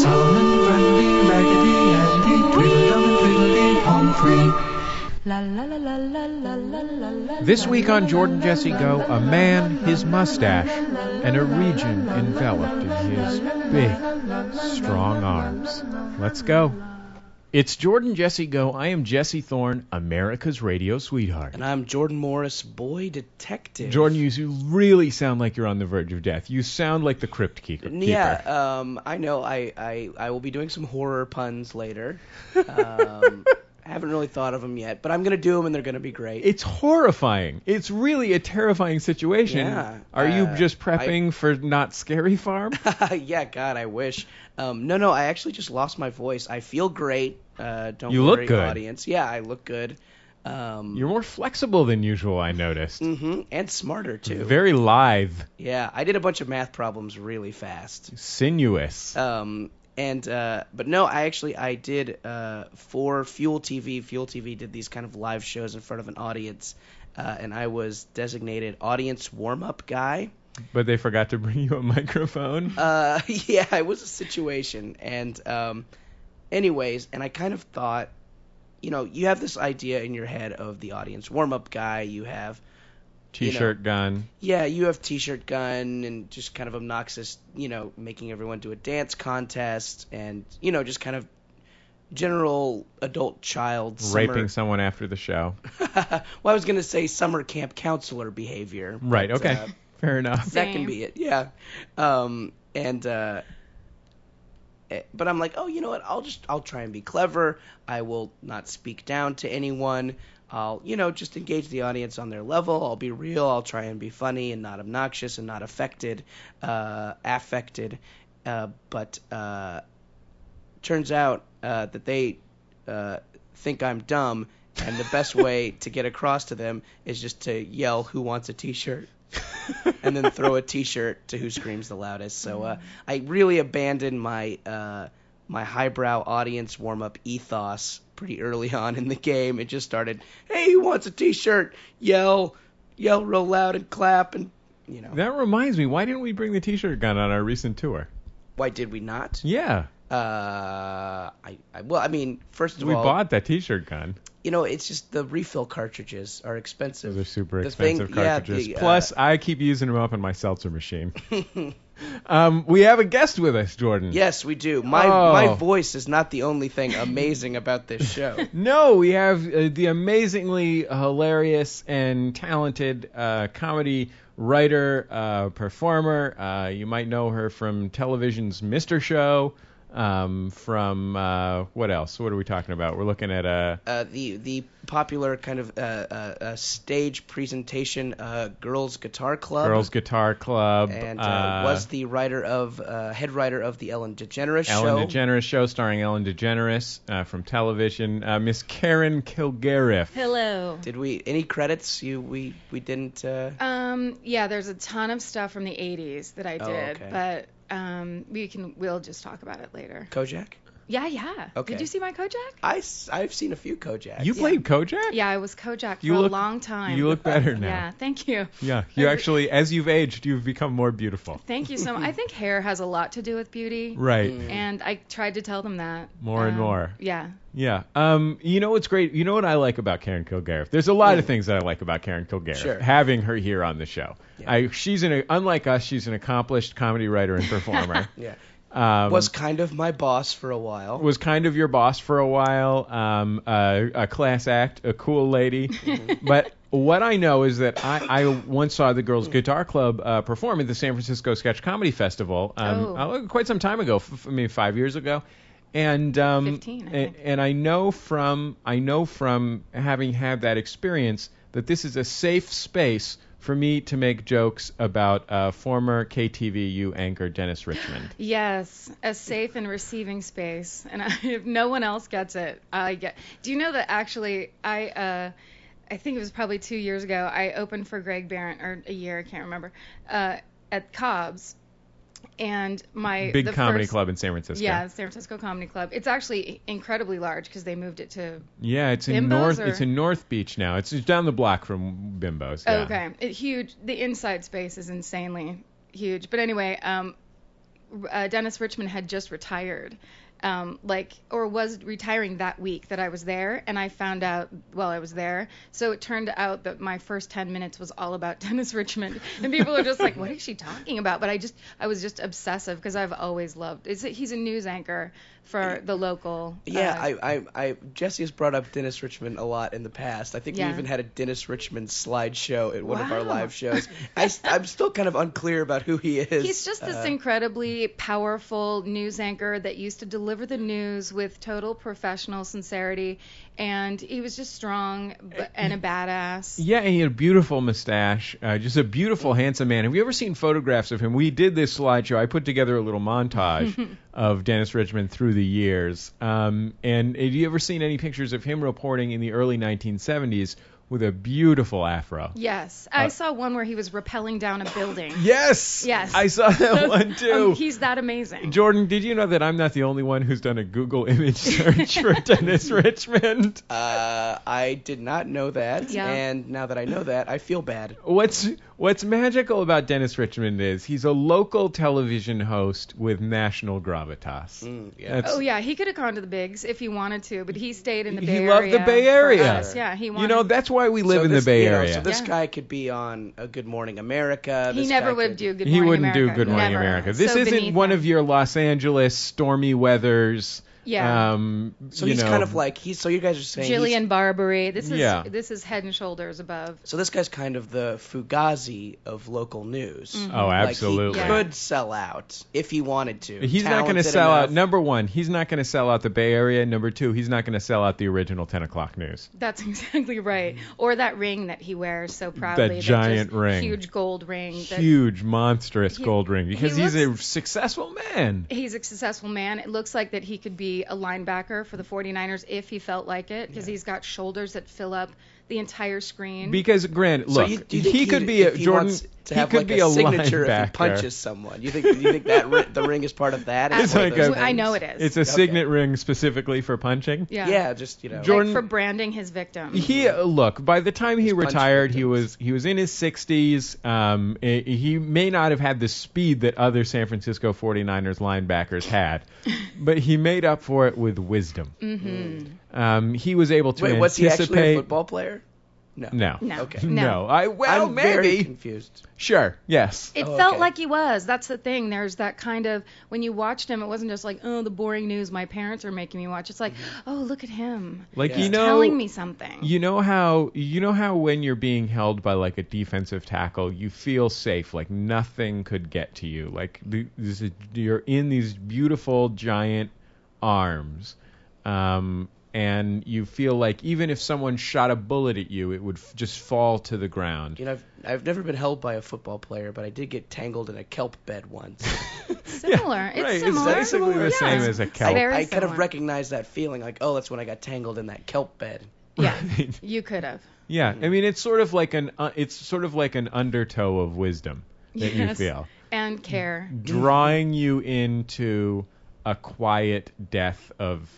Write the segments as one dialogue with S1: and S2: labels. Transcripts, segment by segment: S1: Solomon, Grundy, Raggedy Andy, Tweedledum and Tweedledee, home free.
S2: La la la la la la la la la.
S3: This week on Jordan Jesse Go, a man, his mustache, and a region enveloped in his big, strong arms. Let's go. It's Jordan Jesse Go. I am Jesse Thorne, America's radio sweetheart.
S4: And I'm Jordan Morris, boy detective.
S3: Jordan, you you really sound like you're on the verge of death. You sound like the crypt keeper. keeper.
S4: Yeah, um, I know. I, I, I will be doing some horror puns later. Um, I haven't really thought of them yet, but I'm going to do them and they're going to be great.
S3: It's horrifying. It's really a terrifying situation.
S4: Yeah,
S3: Are you
S4: uh,
S3: just prepping for not scary farm?
S4: yeah, God, I wish. Um, no, no, I actually just lost my voice. I feel great. Uh, don't
S3: You look
S4: worry,
S3: good.
S4: audience. Yeah, I look good. Um,
S3: You're more flexible than usual, I noticed.
S4: hmm and smarter too.
S3: Very lithe,
S4: yeah, I did a bunch of math problems really fast.
S3: sinuous.
S4: Um, and uh, but no, I actually I did uh, for Fuel TV. Fuel TV did these kind of live shows in front of an audience, uh, and I was designated audience warm up guy.
S3: but they forgot to bring you a microphone.
S4: Uh, yeah, it was a situation, and um, anyways, and I kind of thought, you know, you have this idea in your head of the audience warm up guy. You have
S3: T-shirt gun.
S4: yeah, you have T-shirt gun and just kind of obnoxious, you know, making everyone do a dance contest and you know just kind of general adult child summer-
S3: Raping someone after the show.
S4: well, I was gonna say summer camp counselor behavior.
S3: Right,
S4: but,
S3: okay.
S4: uh,
S3: Fair enough.
S4: that can be it. Yeah. Um, and uh, eh, but I'm like, oh, you know what? I'll just I'll try and be clever. I will not speak down to anyone. I'll you know just engage the audience on their level. I'll be real. I'll try and be funny and not obnoxious and not affected, uh, affected. Uh, but uh, turns out uh, that they uh, think I'm dumb. And the best way to get across to them is just to yell, "Who wants a T-shirt?" and then throw a T-shirt to who screams the loudest. So uh, I really abandoned my uh, my highbrow audience warm-up ethos pretty early on in the game. It just started, "Hey, who wants a T-shirt? Yell, yell real loud and clap." And you know,
S3: That reminds me, why didn't we bring the T-shirt gun on our recent tour?
S4: why did we not?
S3: Yeah,
S4: Uh, I, I well, I mean, first of
S3: we
S4: all,
S3: bought that T-shirt gun.
S4: you know, it's just the refill cartridges are expensive.
S3: Those are super
S4: The thing-
S3: expensive
S4: yeah,
S3: cartridges.
S4: the, uh,
S3: Plus, I keep using them up in my seltzer machine. um, we have a guest with us, Jordan.
S4: Yes, we do. My
S3: Oh.
S4: my voice is not the only thing amazing about this show.
S3: No, we have uh, the amazingly hilarious and talented uh, comedy writer, uh, performer. Uh, you might know her from television's Mr. Show. Um, from uh, what else? What are we talking about? We're looking at uh,
S4: uh, the the popular kind of uh, uh, uh, stage presentation, uh, Girls Guitar Club,
S3: Girls Guitar Club.
S4: and uh,
S3: uh,
S4: was the writer of uh, head writer of the Ellen DeGeneres
S3: Ellen
S4: show.
S3: DeGeneres show starring Ellen DeGeneres uh, from television. Uh, Miss Karen Kilgariff.
S5: Hello.
S4: Did we any credits? You we we didn't. Uh,
S5: Um, yeah, there's a ton of stuff from the 80s that I
S4: Oh,
S5: did,
S4: okay.
S5: but um, we can we'll just talk about it later.
S4: Kojak.
S5: Yeah, yeah.
S4: Okay.
S5: Did you see my Kojak?
S4: I s- I've seen a few Kojaks.
S3: You played Kojak?
S5: Yeah, I was Kojak for
S3: You
S5: a
S3: look-
S5: long time.
S3: You look better now.
S5: Yeah, thank you.
S3: Yeah, you actually, as you've aged, you've become more beautiful.
S5: Thank you so much. I think hair has a lot to do with beauty.
S3: Right.
S5: And I tried to tell them that.
S3: More and
S5: Um,
S3: more.
S5: Mm. Yeah.
S3: Yeah. Um. You know what's great? You know what I like about Karen Kilgariff? There's a lot
S5: Mm.
S3: of things that I like about Karen Kilgariff.
S4: Sure.
S3: Having her here on the show. I, she's an unlike us. She's an accomplished comedy writer and performer.
S4: Yeah.
S3: um,
S4: was kind of my boss for a while.
S3: was kind of your boss for a while, um, uh, a class act, a cool lady. but what I know is that I, I once saw the Girls Guitar Club uh, perform at the San Francisco Sketch Comedy Festival um,
S5: Oh.
S3: uh, quite some time ago, f- f- I mean five years ago. And um,
S5: 15, I
S3: a-
S5: think.
S3: and I know from I know from having had that experience that this is a safe space for me to make jokes about uh, former KTVU anchor Dennis Richmond.
S5: Yes, a safe and receiving space, and I, if no one else gets it, I get. Do you know that actually? I uh, I think it was probably two years ago. I opened for Greg Barron, or a year, I can't remember, uh, at Cobb's, and my
S3: Big
S5: the
S3: comedy
S5: first-
S3: club in San Francisco.
S5: Yeah, the San Francisco Comedy Club. It's actually incredibly large because they moved it to.
S3: Yeah, it's in
S5: Bimbos
S3: North.
S5: or-
S3: It's in North Beach now. It's it's down the block from Bimbos. yeah.
S5: Okay, it huge. The inside space is insanely huge. But anyway, um, R- uh, Dennis Richmond had just retired, um, like or was retiring that week that I was there, and I found out while I was there. So it turned out that my first 10 minutes was all about Dennis Richmond, and people are just like, "What is she talking about?" But I just I was just obsessive because I've always loved. It's, he's a news anchor for the local.
S4: Yeah,
S5: uh,
S4: I, I, I, Jesse has brought up Dennis Richmond a lot in the past. I think
S5: Yeah.
S4: we even had a Dennis Richmond slideshow at one of our
S5: Wow.
S4: live shows. I, am still kind of unclear about who he is.
S5: He's just this
S4: Uh,
S5: incredibly powerful news anchor that used to deliver the news with total professional sincerity, and he was just strong
S3: Uh,
S5: but, and a badass.
S3: Yeah, and he had a beautiful mustache, uh, just a beautiful, handsome man. Have you ever seen photographs of him? We did this slideshow. I put together a little montage of Dennis Richmond through the years. Um, and have you ever seen any pictures of him reporting in the early 1970s with a beautiful afro?
S5: Yes,
S3: Uh,
S5: I saw one where he was rappelling down a building.
S3: Yes.
S5: Yes.
S3: I saw that one too.
S5: Um, he's that amazing.
S3: Jordan, did you know that I'm not the only one who's done a Google image search for Dennis Richmond?
S4: Uh, I did not know that,
S5: Yeah.
S4: and now that I know that, I feel bad.
S3: What's what's magical about Dennis Richmond is he's a local television host with national gravitas.
S4: Mm. yeah.
S3: That's-
S5: Oh yeah, he could have gone to the bigs if he wanted to, but he stayed in the Bay
S3: he
S5: Area.
S3: loved the Bay
S5: for
S3: Area.
S5: us. Yeah, he wanted.
S3: You know, that's why we live
S4: So
S3: in
S4: this-
S3: the Bay
S4: you know,
S3: Area.
S4: so this
S5: Yeah.
S4: guy could be on a Good Morning America.
S5: he
S4: this guy
S5: never would
S4: could-
S5: do Good
S3: he
S5: Morning
S3: wouldn't
S5: America.
S3: do Good Morning
S5: Never.
S3: America. This
S5: So
S3: isn't
S5: beneath
S3: one
S5: him.
S3: of your Los Angeles stormy weathers.
S5: Yeah.
S3: Um,
S4: So
S3: you
S4: he's
S3: know,
S4: kind of like he's. So you guys are saying he's-
S5: Jillian Barbary. This is
S3: Yeah.
S5: this is head and shoulders above.
S4: So this guy's kind of the Fugazi of local news.
S5: Mm-hmm.
S3: Oh, absolutely.
S4: Like he could sell out if he wanted to.
S3: He's not going to
S4: Talented
S3: sell out.
S4: enough.
S3: Number one, he's not going to sell out the Bay Area. Number two, he's not going to sell out the original 10 o'clock news.
S5: That's exactly right. Or that ring that he wears so proudly. just
S3: Mm-hmm. giant ring.
S5: Huge gold ring. that-
S3: Huge, monstrous
S5: He-
S3: gold ring because
S5: he
S3: he's a successful man.
S5: He's a successful man. It looks like that he could be a linebacker for the 49ers if he felt like it because he's got shoulders that fill up the entire screen.
S3: Because, Grant,
S4: So
S3: look,
S4: you- do you
S3: he,
S4: think
S3: could be a
S4: if he
S3: Jordan.
S4: wants to
S3: he
S4: have
S3: could
S4: like
S3: be a,
S4: a signature
S3: linebacker.
S4: if he punches someone. You think you think that ri- the ring is part of that?
S3: It's
S4: one of
S3: like
S4: those
S3: a-
S5: I
S4: things?
S5: know it is.
S3: It's a signet ring specifically for punching.
S5: yeah.
S4: Yeah. just you know.
S3: Jordan-
S5: Like for branding his victim.
S3: He uh, look by the time he
S4: His Mm-hmm. punch
S3: retired, he
S4: victims.
S3: was he was in his 60s. Um, eh, he may not have had the speed that other San Francisco 49ers linebackers had, but he made up for it with wisdom. Mm-hmm. Um, he was able to
S4: Wait,
S3: anticipate.
S4: was he actually a football player? No.
S3: No.
S5: No.
S4: Mm. Okay.
S5: No.
S3: No. I well
S4: I'm very
S3: maybe.
S4: confused.
S3: Sure. Yes.
S5: It
S4: Oh,
S5: felt
S4: okay.
S5: like he was. That's the thing. There's that kind of when you watched him, it wasn't just like, oh, the boring news my parents are making me watch. It's like,
S4: Mm-hmm.
S5: oh, look at him
S3: Like
S4: Yeah.
S3: you know
S5: telling me something.
S3: You know how you know how when you're being held by like a defensive tackle, you feel safe, like nothing could get to you. Like th- this is, you're in these beautiful giant arms, um, and you feel like even if someone shot a bullet at you, it would f- just fall to the ground.
S4: You know, I've, I've never been held by a football player, but I did get tangled in a kelp bed once.
S5: similar. it's
S3: right, it's
S5: similar.
S3: basically the
S5: Yeah.
S3: same as a kelp.
S5: Very
S4: I kind
S5: similar.
S4: of recognized that feeling, like, oh, that's when I got tangled in that kelp bed.
S5: Yeah, you could have.
S3: Yeah, I mean it's sort of like an uh, it's sort of like an undertow of wisdom that you
S5: Yes.
S3: feel.
S5: And care.
S3: Mm. drawing you into a quiet death of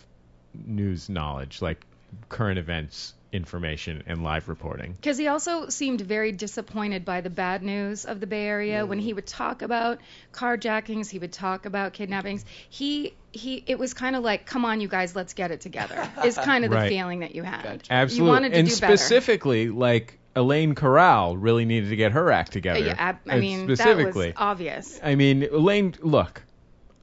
S3: news knowledge, like current events information and live reporting.
S5: Because he also seemed very disappointed by the bad news of the Bay Area. When
S3: Mm.
S5: he would talk about carjackings, he would talk about kidnappings. He he, it was kind of like, come on, you guys, let's get it together. Is kind of the
S3: Right.
S5: feeling that you had.
S3: Absolutely.
S5: You wanted to
S3: and
S5: do better.
S3: specifically, like Elaine Corral really needed to get her act together.
S5: Yeah, ab- I
S3: And
S5: mean, that
S3: specifically,
S5: was obvious.
S3: I mean, Elaine, look.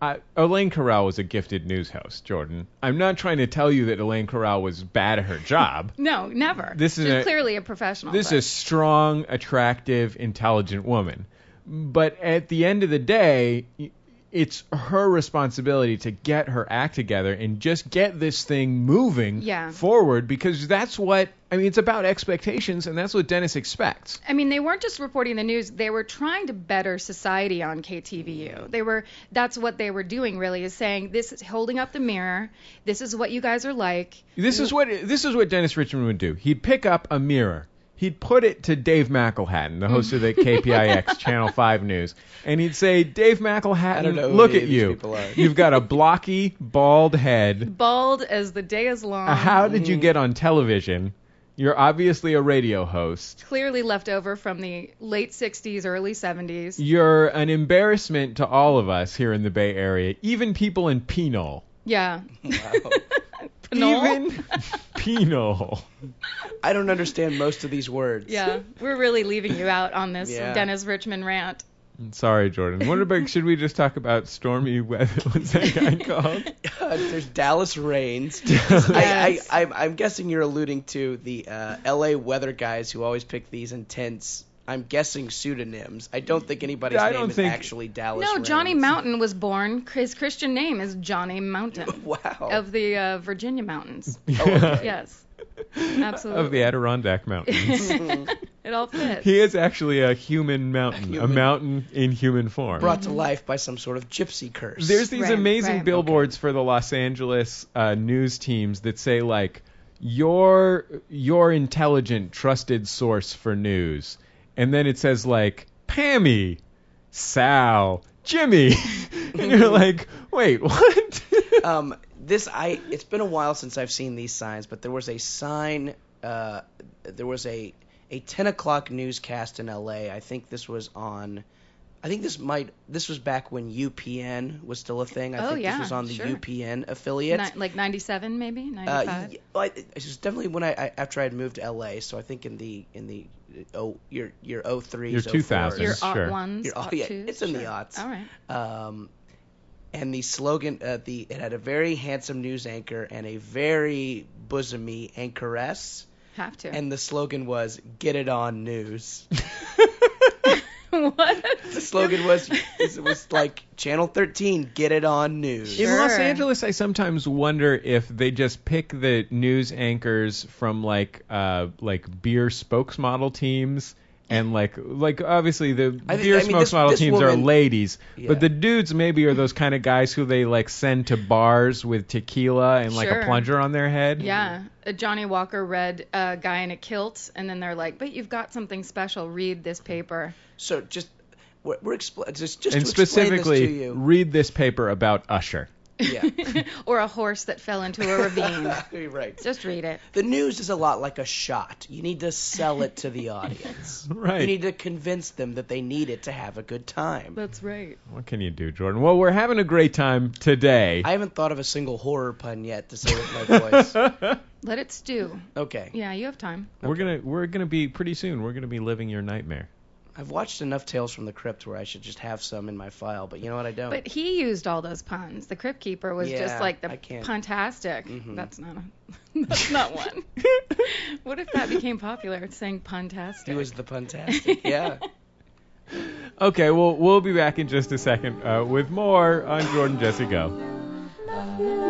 S3: I, Elaine Corral was a gifted news host, Jordan. I'm not trying to tell you that Elaine Corral was bad at her job.
S5: No, never.
S3: This is
S5: She's
S3: a-
S5: clearly a professional.
S3: This
S5: but-
S3: is a strong, attractive, intelligent woman. But at the end of the day, y- it's her responsibility to get her act together and just get this thing moving
S5: Yeah.
S3: forward because that's what I mean. It's about expectations, and that's what Dennis expects.
S5: I mean, they weren't just reporting the news; they were trying to better society on KTVU. They were that's what they were doing really is saying this is holding up the mirror. This is what you guys are like.
S3: This is what this is what Dennis Richmond would do. He'd pick up a mirror. He'd put it to Dave McElhattan, the host of the KPIX Channel 5 News, and he'd say, "Dave McElhattan,
S4: know who
S3: look
S4: any
S3: at
S4: of these
S3: you.
S4: people are."
S3: You've got a blocky, bald head.
S5: Bald as the day is long.
S3: Uh,
S4: Uh,
S3: How did you get on television? You're obviously a radio host.
S5: Clearly left over from the late '60s, early '70s.
S3: You're an embarrassment to all of us here in the Bay Area, even people in Pinole.
S5: Yeah. Pinole?
S3: Even Pinole.
S4: I don't understand most of these words.
S5: Yeah, we're really leaving you out on this
S4: Yeah.
S5: Dennis Richmond rant.
S3: Sorry, Jordan. Wonderberg, should we just talk about stormy weather? What's that guy called?
S4: Uh, There's Dallas rains. I,
S5: Yes.
S4: I, I'm, I'm guessing you're alluding to the uh, L.A. weather guys who always pick these intense. I'm guessing pseudonyms. I don't think anybody's
S3: Yeah, I
S4: name
S3: don't
S4: is
S3: think-
S4: actually Dallas.
S5: No,
S4: Rains.
S5: Johnny Mountain was born. His Christian name is Johnny Mountain
S4: Wow.
S5: of the uh, Virginia mountains.
S4: Oh, okay.
S5: Yes,
S3: Of the
S5: absolutely.
S3: Adirondack Mountains.
S5: It all fits.
S3: he is actually a human mountain, a
S4: Human.
S3: mountain in human form.
S4: Brought to life by some sort of gypsy curse.
S3: Mm-hmm. There's these
S5: Right,
S3: amazing
S5: right.
S3: billboards for the Los Angeles uh, news teams that say like your your intelligent trusted source for news, and then it says like Pammy, Sal, Jimmy, and you're
S5: Mm-hmm.
S3: like, wait, what?
S5: Oh,
S4: um, this I it's been a while since I've seen these signs, but there was a sign. Uh, there was a a 10 o'clock newscast in L.A. I think this was on. I think this might this was back when UPN was still a thing. I
S5: Oh,
S4: think
S5: yeah,
S4: this was on the
S5: sure.
S4: UPN affiliate.
S5: Ni- like 97 maybe
S4: Uh,
S5: 95.
S4: y- well, I, it was definitely when I, I after I had moved to LA, so I think in the in the uh, oh your your oh
S3: Your
S4: threes,
S3: 2000s.
S5: your
S3: sure.
S5: aught ones,
S4: Your aught-
S5: aught
S4: yeah,
S5: twos.
S4: it's in the
S5: sure.
S4: aughts.
S5: All right.
S4: um, and the slogan uh, the it had a very handsome news anchor and a very bosomy anchoress,
S5: Have to.
S4: and the slogan was "Get it on news."
S5: what?
S4: the slogan was it was like Channel 13, "Get it on news."
S3: In Los
S5: Sure.
S3: Angeles, I sometimes wonder if they just pick the news anchors from like uh like beer spokesmodel teams and like like obviously the
S4: I thi-
S3: beer
S4: I mean, this-
S3: spokesmodel
S4: this
S3: teams are
S4: woman-
S3: ladies,
S4: Yeah.
S3: but the dudes maybe are those kind of guys who they like send to bars with tequila and like a
S5: Sure.
S3: plunger on their head.
S5: Yeah, a Johnny Walker read a guy in a kilt, and then they're like, "But you've got something special. Read this paper."
S4: So just we're, we're expl- just just
S3: And
S4: to explain this to
S3: specifically,
S4: you.
S3: read this paper about Usher.
S4: yeah,
S5: or a horse that fell into a ravine.
S4: you're right.
S5: Just read it.
S4: The news is a lot like a shot. You need to sell it to the audience.
S3: Right.
S4: You need to convince them that they need it to have a good time.
S5: That's right.
S3: What can you do, Jordan? Well, we're having a great time today.
S4: I haven't thought of a single horror pun yet to say with my voice.
S5: Let it stew.
S4: Okay.
S5: Yeah, you have time.
S3: We're gonna we're gonna be pretty soon. We're gonna be living your nightmare.
S4: I've watched enough Tales from the Crypt where I should just have some in my file, but you know what? I don't.
S5: But he used all those puns. The Crypt Keeper was
S4: Oh. Yeah,
S5: just like the
S4: I can't- Mm-hmm.
S5: puntastic. That's not a. That's not one. what if that became popular? It's saying puntastic.
S4: he was the puntastic. Yeah.
S3: Okay, well we'll be back in just a second uh, with more on Jordan Jesse Go.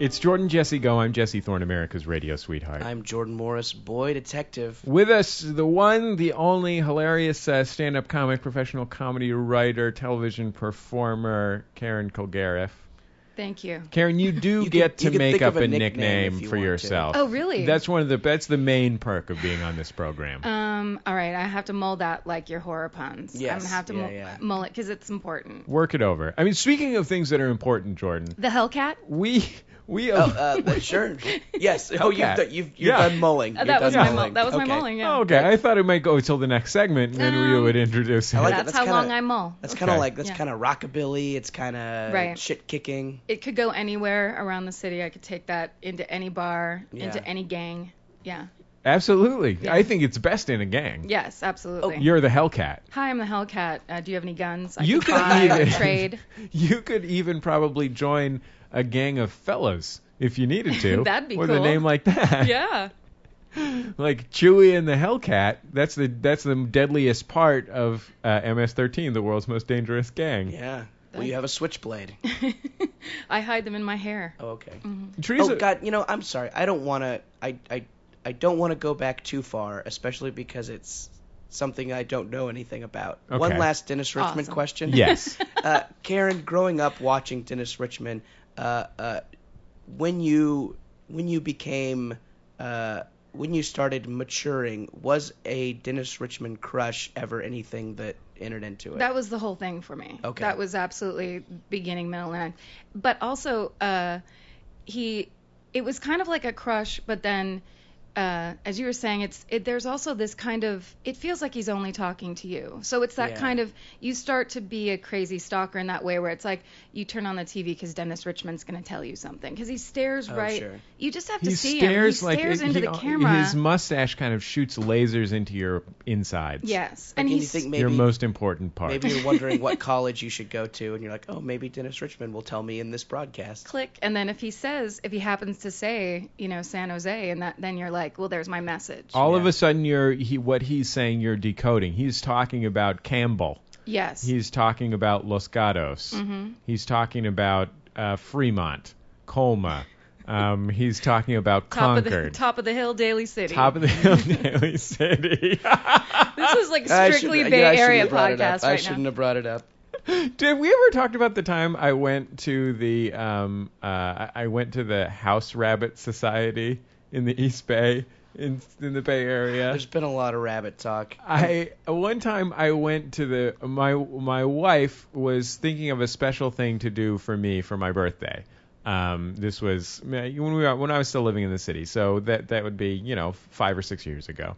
S3: It's Jordan Jesse Go. I'm Jesse Thorne, America's radio sweetheart.
S4: I'm Jordan Morris, boy detective.
S3: With us, the one, the only hilarious uh, stand up comic, professional comedy writer, television performer, Karen Kilgariff.
S5: Thank you.
S3: Karen, you do
S4: You
S3: get
S4: could- you
S3: to
S4: could
S3: make
S4: think
S3: up
S4: of
S3: a,
S4: a
S3: nickname,
S4: nickname if you
S3: for
S4: want to.
S3: yourself.
S5: Oh, really?
S3: That's one of the that's the main perk of being on this program.
S5: Um. All right. I have to mull that like your horror puns. I'm
S4: Yes,
S5: gonna have to
S4: yeah,
S5: mull,
S4: yeah.
S5: mull it because it's important.
S3: Work it over. I mean, speaking of things that are important, Jordan,
S5: The Hellcat.
S4: Mm,
S3: we we
S4: Oh, uh, but sure. Yes. Oh, you've,
S3: Okay.
S4: done you've, you've
S3: Yeah.
S4: done mulling.
S5: Uh,
S4: You've
S5: that was
S4: done
S5: my mull.
S4: mulling.
S5: That was my
S4: Okay.
S5: mulling. Yeah.
S3: Oh, okay. I thought it might go until the next segment, and then we
S5: Um,
S3: would introduce him.
S4: I like
S5: That's,
S4: that's
S5: how
S4: kinda-
S5: long I mull.
S4: That's kind of
S3: Okay.
S4: like that's
S5: Yeah.
S4: kind of rockabilly. It's kind of
S5: Right.
S4: shit kicking.
S5: It could go anywhere around the city. I could take that into any bar,
S4: Yeah.
S5: into any gang. Yeah.
S3: Absolutely.
S5: Yeah.
S3: I think it's best in a gang.
S5: Yes, absolutely.
S3: You're the Hellcat.
S5: Hi, I'm the Hellcat. Uh, do you have any guns? I
S3: You
S5: can
S3: could
S5: buy or
S3: even-
S5: trade.
S3: You could even probably join a gang of fellas if you needed to.
S5: That'd be
S3: with a
S5: cool.
S3: name like that.
S5: yeah.
S3: like Chewie and the Hellcat. That's the that's the deadliest part of uh, MS-13, the world's most dangerous gang.
S4: Yeah. Well, you have a switchblade.
S5: I hide them in my hair.
S4: Oh, okay.
S3: Teresa,
S4: Oh God, you know, I'm sorry. I don't want to. I, I I don't want to go back too far, especially because it's something I don't know anything about.
S3: Okay.
S4: One last Dennis Richmond
S5: Awesome.
S4: question.
S3: Yes.
S4: uh, Karen, growing up watching Dennis Richmond, uh, uh, when you when you became uh, when you started maturing, was a Dennis Richmond crush ever anything that entered into it?
S5: That was the whole thing for me.
S4: Okay.
S5: That was absolutely beginning, middle, and end. But also, uh, he, it was kind of like a crush, but then, uh, as you were saying, it's it, there's also this kind of it feels like he's only talking to you. So it's that
S4: Yeah.
S5: kind of you start to be a crazy stalker in that way, where it's like you turn on the TV because Dennis Richmond's going to tell you something because he stares
S4: Oh,
S5: right.
S4: sure.
S5: You just have to
S3: he
S5: see
S3: stares
S5: him. He
S3: like
S5: stares into
S3: he-
S5: the camera.
S3: His mustache kind of shoots lasers into your insides.
S5: yes,
S4: Like,
S5: and
S4: you
S5: he's
S4: think
S3: your
S4: maybe-
S3: most important part.
S4: Maybe you're wondering what college you should go to, and you're like, oh, maybe Dennis Richmond will tell me in this broadcast.
S5: click and then if he says if he happens to say you know san jose and that then you're like well there's my message
S3: All of
S4: Yeah.
S3: a sudden, you're he, what he's saying. You're decoding. He's talking about Campbell.
S5: yes
S3: He's talking about Los Gatos.
S5: Mm-hmm.
S3: He's talking about uh, Fremont, Colma. Um, he's talking about
S5: top of the
S3: Concord.
S5: top of the hill daily city
S3: Top of the hill, Daily City.
S5: this is like
S4: I
S5: strictly
S4: should-
S5: bay
S4: yeah, I shouldn't
S5: area
S4: have brought it up.
S5: podcast
S4: I
S5: right
S4: shouldn't
S5: now
S4: have brought it up.
S3: Did we ever talked about the time I went to the um uh I I went to the House Rabbit Society in the East Bay in in the Bay Area?
S4: There's been a lot of rabbit talk.
S3: I one time I went to the my my wife was thinking of a special thing to do for me for my birthday. Um, this was when we were, when I was still living in the city, so that that would be you know five or six years ago.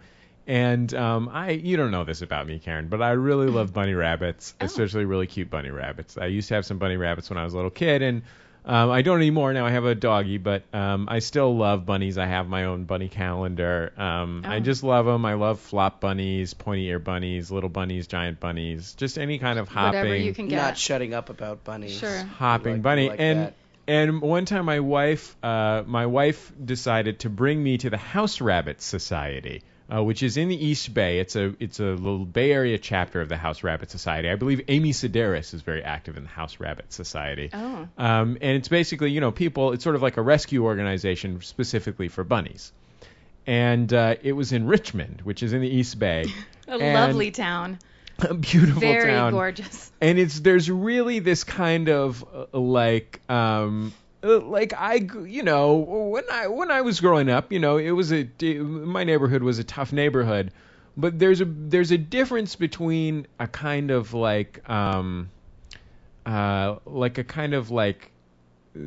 S3: And um, I you don't know this about me, Karen, but I really love bunny rabbits,
S5: Oh.
S3: especially really cute bunny rabbits. I used to have some bunny rabbits when I was a little kid, and um, I don't anymore. Now I have a doggy, but um, I still love bunnies. I have my own bunny calendar. Um, I
S5: Oh.
S3: just love them. I love flop bunnies, pointy ear bunnies, little bunnies, giant bunnies, just any kind of hopping,
S5: whatever you can get
S4: Not shutting up about bunnies.
S5: Sure.
S3: hopping
S4: Like-
S3: bunny.
S4: like
S3: and
S4: that.
S3: and one time my wife, uh, my wife decided to bring me to the House Rabbit Society. Uh, which is in the East Bay. It's a it's a little Bay Area chapter of the House Rabbit Society. I believe Amy Sedaris is very active in the House Rabbit Society.
S5: oh
S3: Um, and it's basically, you know, people, it's sort of like a rescue organization specifically for bunnies. And uh, it was in Richmond, which is in the East Bay.
S5: a
S3: And
S5: lovely town
S3: a beautiful
S5: very
S3: town.
S5: gorgeous
S3: And it's there's really this kind of uh, like um uh, like I gr- you know when I when I was growing up, you know, it was a it- my neighborhood was a tough neighborhood, but there's a there's a difference between a kind of like um uh like a kind of like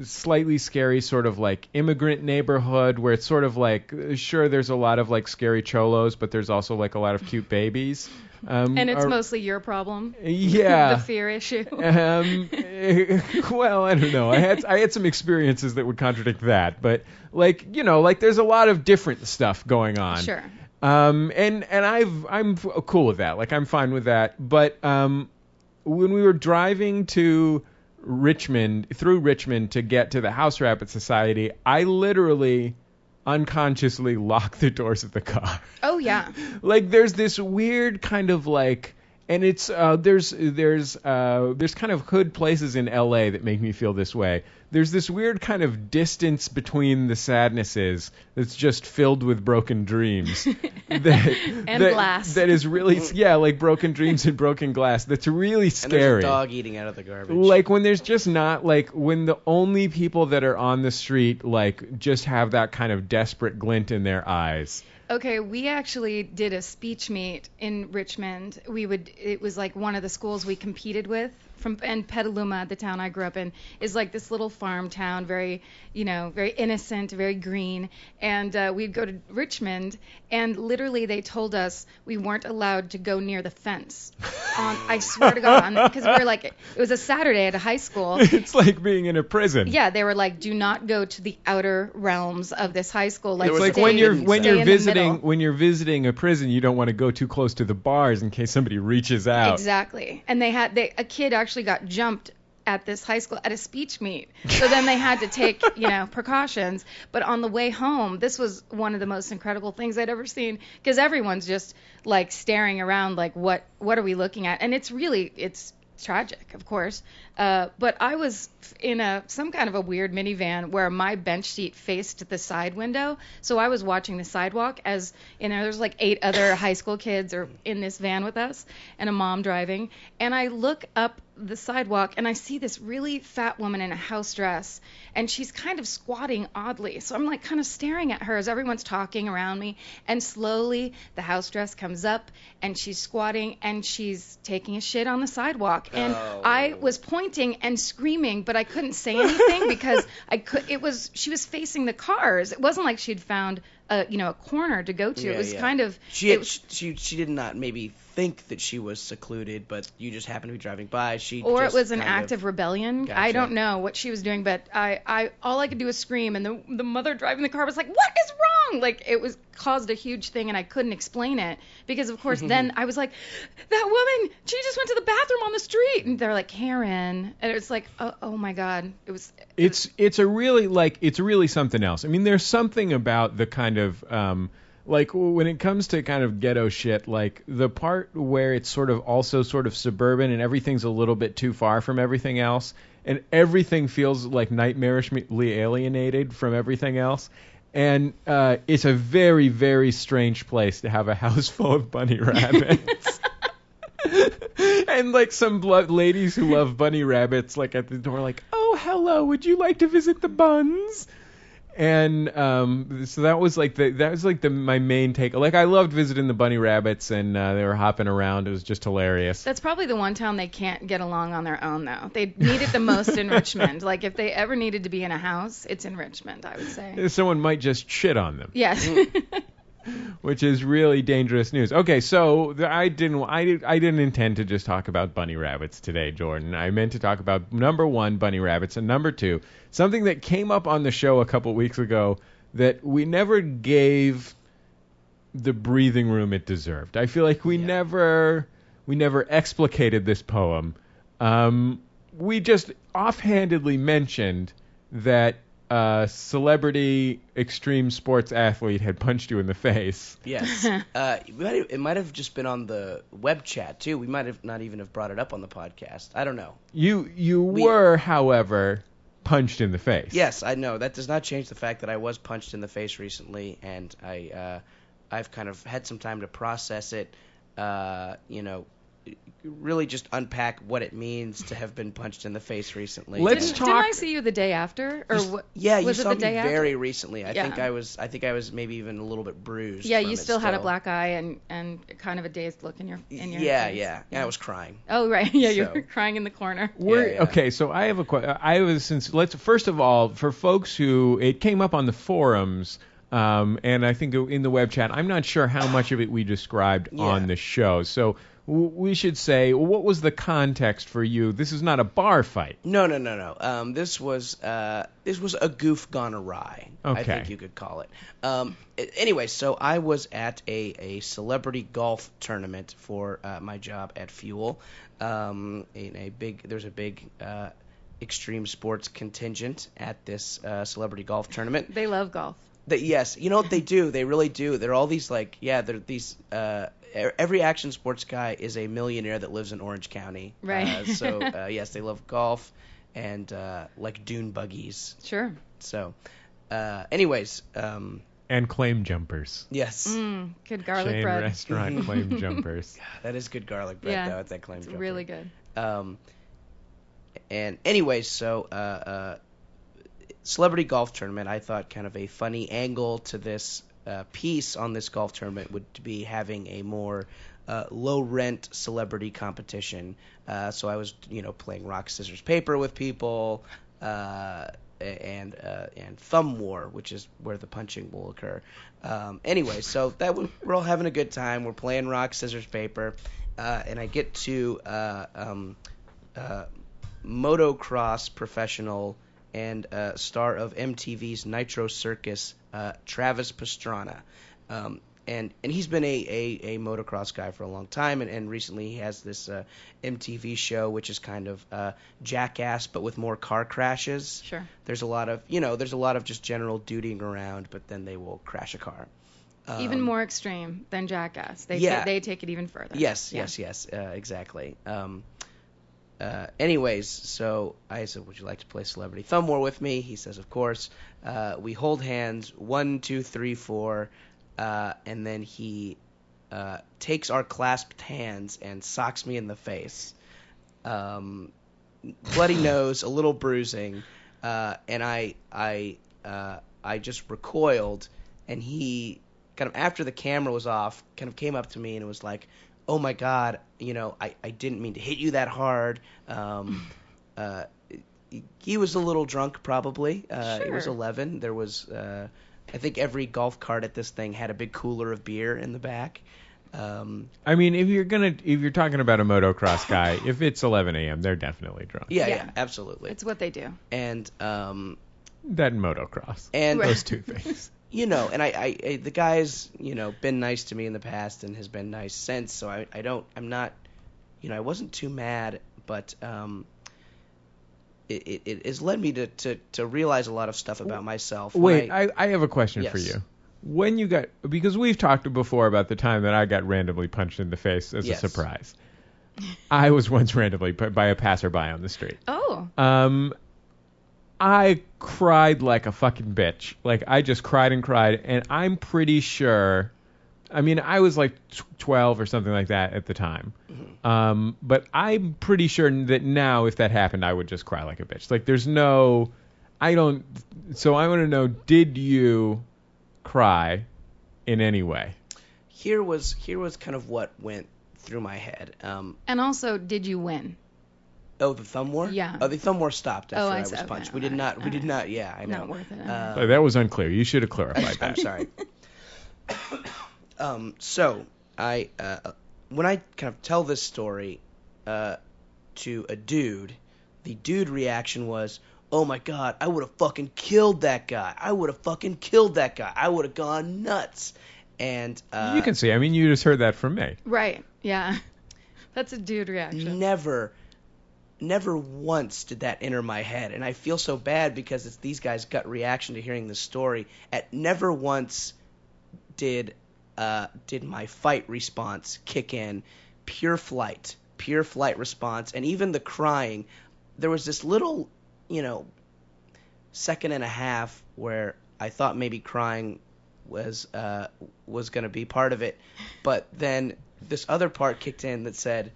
S3: slightly scary sort of like immigrant neighborhood where it's sort of like sure there's a lot of like scary cholos but there's also like a lot of cute babies um
S5: and it's
S3: or-
S5: mostly your problem
S3: yeah
S5: the fear issue
S3: um, well, I don't know. I had I had some experiences that would contradict that, but like you know, like there's a lot of different stuff going on.
S5: sure
S3: Um, and and I've I'm f- cool with that. Like I'm fine with that. But um, when we were driving to Richmond through Richmond to get to the House Rabbit Society, I literally unconsciously locked the doors of the car
S5: oh yeah
S3: like there's this weird kind of like and it's uh, there's there's uh, there's kind of hood places in LA that make me feel this way. There's this weird kind of distance between the sadnesses that's just filled with broken dreams. that,
S5: And
S3: that-
S5: glass.
S3: That is really yeah, like broken dreams and broken glass. That's really
S4: And there's a
S3: scary.
S4: dog eating out of the garbage.
S3: Like when there's just not like when the only people that are on the street like just have that kind of desperate glint in their eyes.
S5: Okay, we actually did a speech meet in Richmond. We would it was like one of the schools we competed with from and Petaluma, the town I grew up in, is like this little farm town, very you know, very innocent, very green. And uh, we'd go to Richmond, and literally they told us we weren't allowed to go near the fence. On Um, I swear to God, because we were like it was a Saturday at a high school,
S3: it's like being in a prison.
S5: yeah, they were like, do not go to the outer realms of this high school. Like,
S4: There
S3: It's
S4: was
S3: like
S4: a
S3: when you're
S4: forbidden
S3: when you're
S4: zone.
S5: stay in the
S3: visiting
S5: middle.
S3: when you're visiting a prison, you don't want to go too close to the bars in case somebody reaches out.
S5: Exactly. And they had they a kid actually got jumped at this high school at a speech meet. So then they had to take, you know, precautions, but on the way home, this was one of the most incredible things I'd ever seen because everyone's just like staring around like what what are we looking at? And it's really it's tragic, of course. Uh, but I was f- in a some kind of a weird minivan where my bench seat faced the side window, so I was watching the sidewalk as you know there's like eight other high school kids are in this van with us and a mom driving, and I look up the sidewalk and I see this really fat woman in a house dress and she's kind of squatting oddly. So I'm like kind of staring at her as everyone's talking around me and slowly the house dress comes up and she's squatting and she's taking a shit on the sidewalk and
S4: Oh.
S5: I was pointing and screaming but I couldn't say anything because I could it was she was facing the cars. It wasn't like she'd found a you know a corner to go to.
S4: Yeah,
S5: it was
S4: yeah.
S5: kind of
S4: She,
S5: it
S4: had,
S5: was-
S4: she she did not maybe think that she was secluded, but you just happened to be driving by. She
S5: or it
S4: just
S5: was an
S4: kind
S5: act of, rebellion. I
S4: Gotcha.
S5: don't know what she was doing, but I, I all I could do was scream, and the the mother driving the car was like, "What is wrong?" Like it was caused a huge thing, and I couldn't explain it because of course then I was like, "That woman, she just went to the bathroom on the street," and they're like, "Karen," and it's like, "Oh, oh my God!" It was
S3: it's it's a really like it's really something else. I mean, there's something about the kind of um, like when it comes to kind of ghetto shit, like the part where it's sort of also sort of suburban and everything's a little bit too far from everything else, and everything feels like nightmarishly alienated from everything else. And uh, it's a very, very strange place to have a house full of bunny rabbits. and like some blo- ladies who love bunny rabbits, like at the door, like, "Oh, hello, would you like to visit the buns?" And um, so that was like the that was like the my main take. Like I loved visiting the bunny rabbits, and uh, they were hopping around. It was just hilarious.
S5: That's probably the one town they can't get along on their own, though. They need it the most in Richmond. Like, if they ever needed to be in a house, it's in Richmond, I would say.
S3: Someone might just shit on them.
S5: Yes.
S3: which is really dangerous news. Okay, so the, I didn't I, did, I didn't intend to just talk about bunny rabbits today, Jordan. I meant to talk about number 1 bunny rabbits and number 2 something that came up on the show a couple weeks ago that we never gave the breathing room it deserved. I feel like we never we never explicated this poem. Um, we just offhandedly mentioned that a celebrity extreme sports athlete had punched you in the face.
S4: of yes. uh, it might have- it might have just been on the web chat too. We might have not even have brought it up on the podcast. I don't know.
S3: You you were, however, punched in the face.
S4: Yes, I know. That does not change the fact that I was punched in the face recently, and I, uh, I've kind of had some time to process it. Uh, you know, really just unpack what it means to have been punched in the face recently.
S3: Let's
S4: And-
S3: talk-
S5: Didn't I see you the day after, or what?
S4: Yeah,
S5: was
S4: you
S5: it
S4: saw
S5: the
S4: me
S5: day after?
S4: very recently. I think
S5: Yeah.
S4: I was. I think I was maybe even a little bit bruised.
S5: Yeah,
S4: from
S5: you
S4: it
S5: still had a black eye and and kind of a dazed look in your in your
S4: yeah,
S5: face.
S4: yeah, yeah. I was crying.
S5: Oh right, yeah, you
S4: So-
S5: were crying in the corner.
S3: We're,
S4: Yeah, yeah.
S3: Okay, so I have a question. I was since let's first of all for folks who it came up on the forums. Um, and I think in the web chat, I'm not sure how much of it we described on the show. So w- we should say, what was the context for you? This is not a bar fight.
S4: No, no, no, no. Um, this was uh, this was a goof gone awry. I
S3: Okay.
S4: think you could call it. Um, a- anyway, so I was at a, a celebrity golf tournament for uh, my job at Fuel. Um, in a big there's a big uh, extreme sports contingent at this uh, celebrity golf tournament.
S5: They love golf.
S4: That yes, you know what they do? They really do. They're all these like yeah, they're these uh, e- every action sports guy is a millionaire that lives in Orange County.
S5: Right.
S4: Uh, so uh, yes, they love golf and uh, like dune buggies.
S5: Sure.
S4: So uh, anyways, um,
S3: And claim jumpers.
S4: yes,
S5: Mm, good garlic
S3: Chain
S5: bread.
S3: restaurant claim jumpers.
S4: that is good garlic bread
S5: Yeah.
S4: though at that claim.
S5: It's
S4: jumper.
S5: really good.
S4: Um, and anyway, so uh, uh, celebrity golf tournament, I thought kind of a funny angle to this uh, piece on this golf tournament would be having a more uh, low rent celebrity competition. Uh, so I was, you know, playing rock, scissors, paper with people, uh, a- and uh, and thumb war, which is where the punching will occur. Um, anyway, so that was, we're all having a good time. We're playing rock, scissors, paper, uh, and I get to uh, um, uh, motocross professional and uh, star of MTV's Nitro Circus, uh, Travis Pastrana. Um, and, and he's been a, a, a motocross guy for a long time, and, and recently he has this uh, MTV show, which is kind of uh, jackass, but with more car crashes.
S5: Sure.
S4: There's a lot of, you know, there's a lot of just general dutying around, but then they will crash a car.
S5: even
S4: Um,
S5: more extreme than Jackass. They
S4: yeah.
S5: ta- they take it even further.
S4: Yes,
S5: Yeah.
S4: yes, yes, uh, exactly. Um, uh, anyways, so I said, "Would you like to play Celebrity Thumb War with me?" He says, "Of course." Uh, we hold hands, one, two, three, four, uh, and then he uh, takes our clasped hands and socks me in the face. Um, bloody nose, a little bruising, uh, and I I uh, I just recoiled, and he kind of after the camera was off, kind of came up to me and was like, "Oh my God, you know, I I didn't mean to hit you that hard." Um,
S5: Hmm.
S4: uh, he was a little drunk probably. Uh, It was
S5: Sure.
S4: 11. There was uh, I think every golf cart at this thing had a big cooler of beer in the back. Um,
S3: I mean, if you're gonna, if you're talking about a motocross guy, if it's 11 a.m., they're definitely drunk.
S4: yeah, yeah,
S5: Yeah.
S4: absolutely.
S5: It's what they do.
S4: And um,
S3: That and motocross.
S4: and
S5: Right.
S3: Those two things.
S4: you know, and I, I, I the guy's, you know, been nice to me in the past and has been nice since, so I, I don't, I'm not, you know, I wasn't too mad, but um, it, it, it has led me to, to, to realize a lot of stuff about myself. when
S3: Wait, I, I have a question for
S4: Yes.
S3: you. When you got, because we've talked before about the time that I got randomly punched in the face as
S4: Yes.
S3: a surprise. I was once randomly put by a passerby on the street.
S5: Oh,
S3: Um, I cried like a fucking bitch. Like I just cried and cried, and I'm pretty sure. I mean, I was like tw- 12 or something like that at the time.
S4: Mm-hmm.
S3: Um, but I'm pretty sure that now, if that happened, I would just cry like a bitch. Like there's no, I don't. So I want to know, did you cry in any way?
S4: here was here was kind of what went through my head. Um,
S5: and also, did you win?
S4: oh, the thumb war.
S5: Yeah.
S4: Oh, the thumb war stopped after
S5: Oh,
S4: I,
S5: I
S4: was
S5: see. Okay,
S4: punched. We
S5: all
S4: did
S5: right,
S4: not. We
S5: all
S4: did
S5: right.
S4: not. Yeah, I know.
S5: Not worth it.
S4: Uh,
S3: Oh, that was unclear. You should have clarified that.
S4: I'm sorry. um, so I uh, when I kind of tell this story uh, to a dude, the dude reaction was, "Oh my god, I would have fucking killed that guy. I would have fucking killed that guy. I would have gone nuts." And uh,
S3: you can see. I mean, you just heard that from me.
S5: Right. Yeah. That's a dude reaction.
S4: never never once did that enter my head and i feel so bad because it's these guys gut reaction to hearing this story at never once did uh did my fight response kick in pure flight pure flight response and even the crying there was this little you know second and a half where i thought maybe crying was uh was going to be part of it but then this other part kicked in that said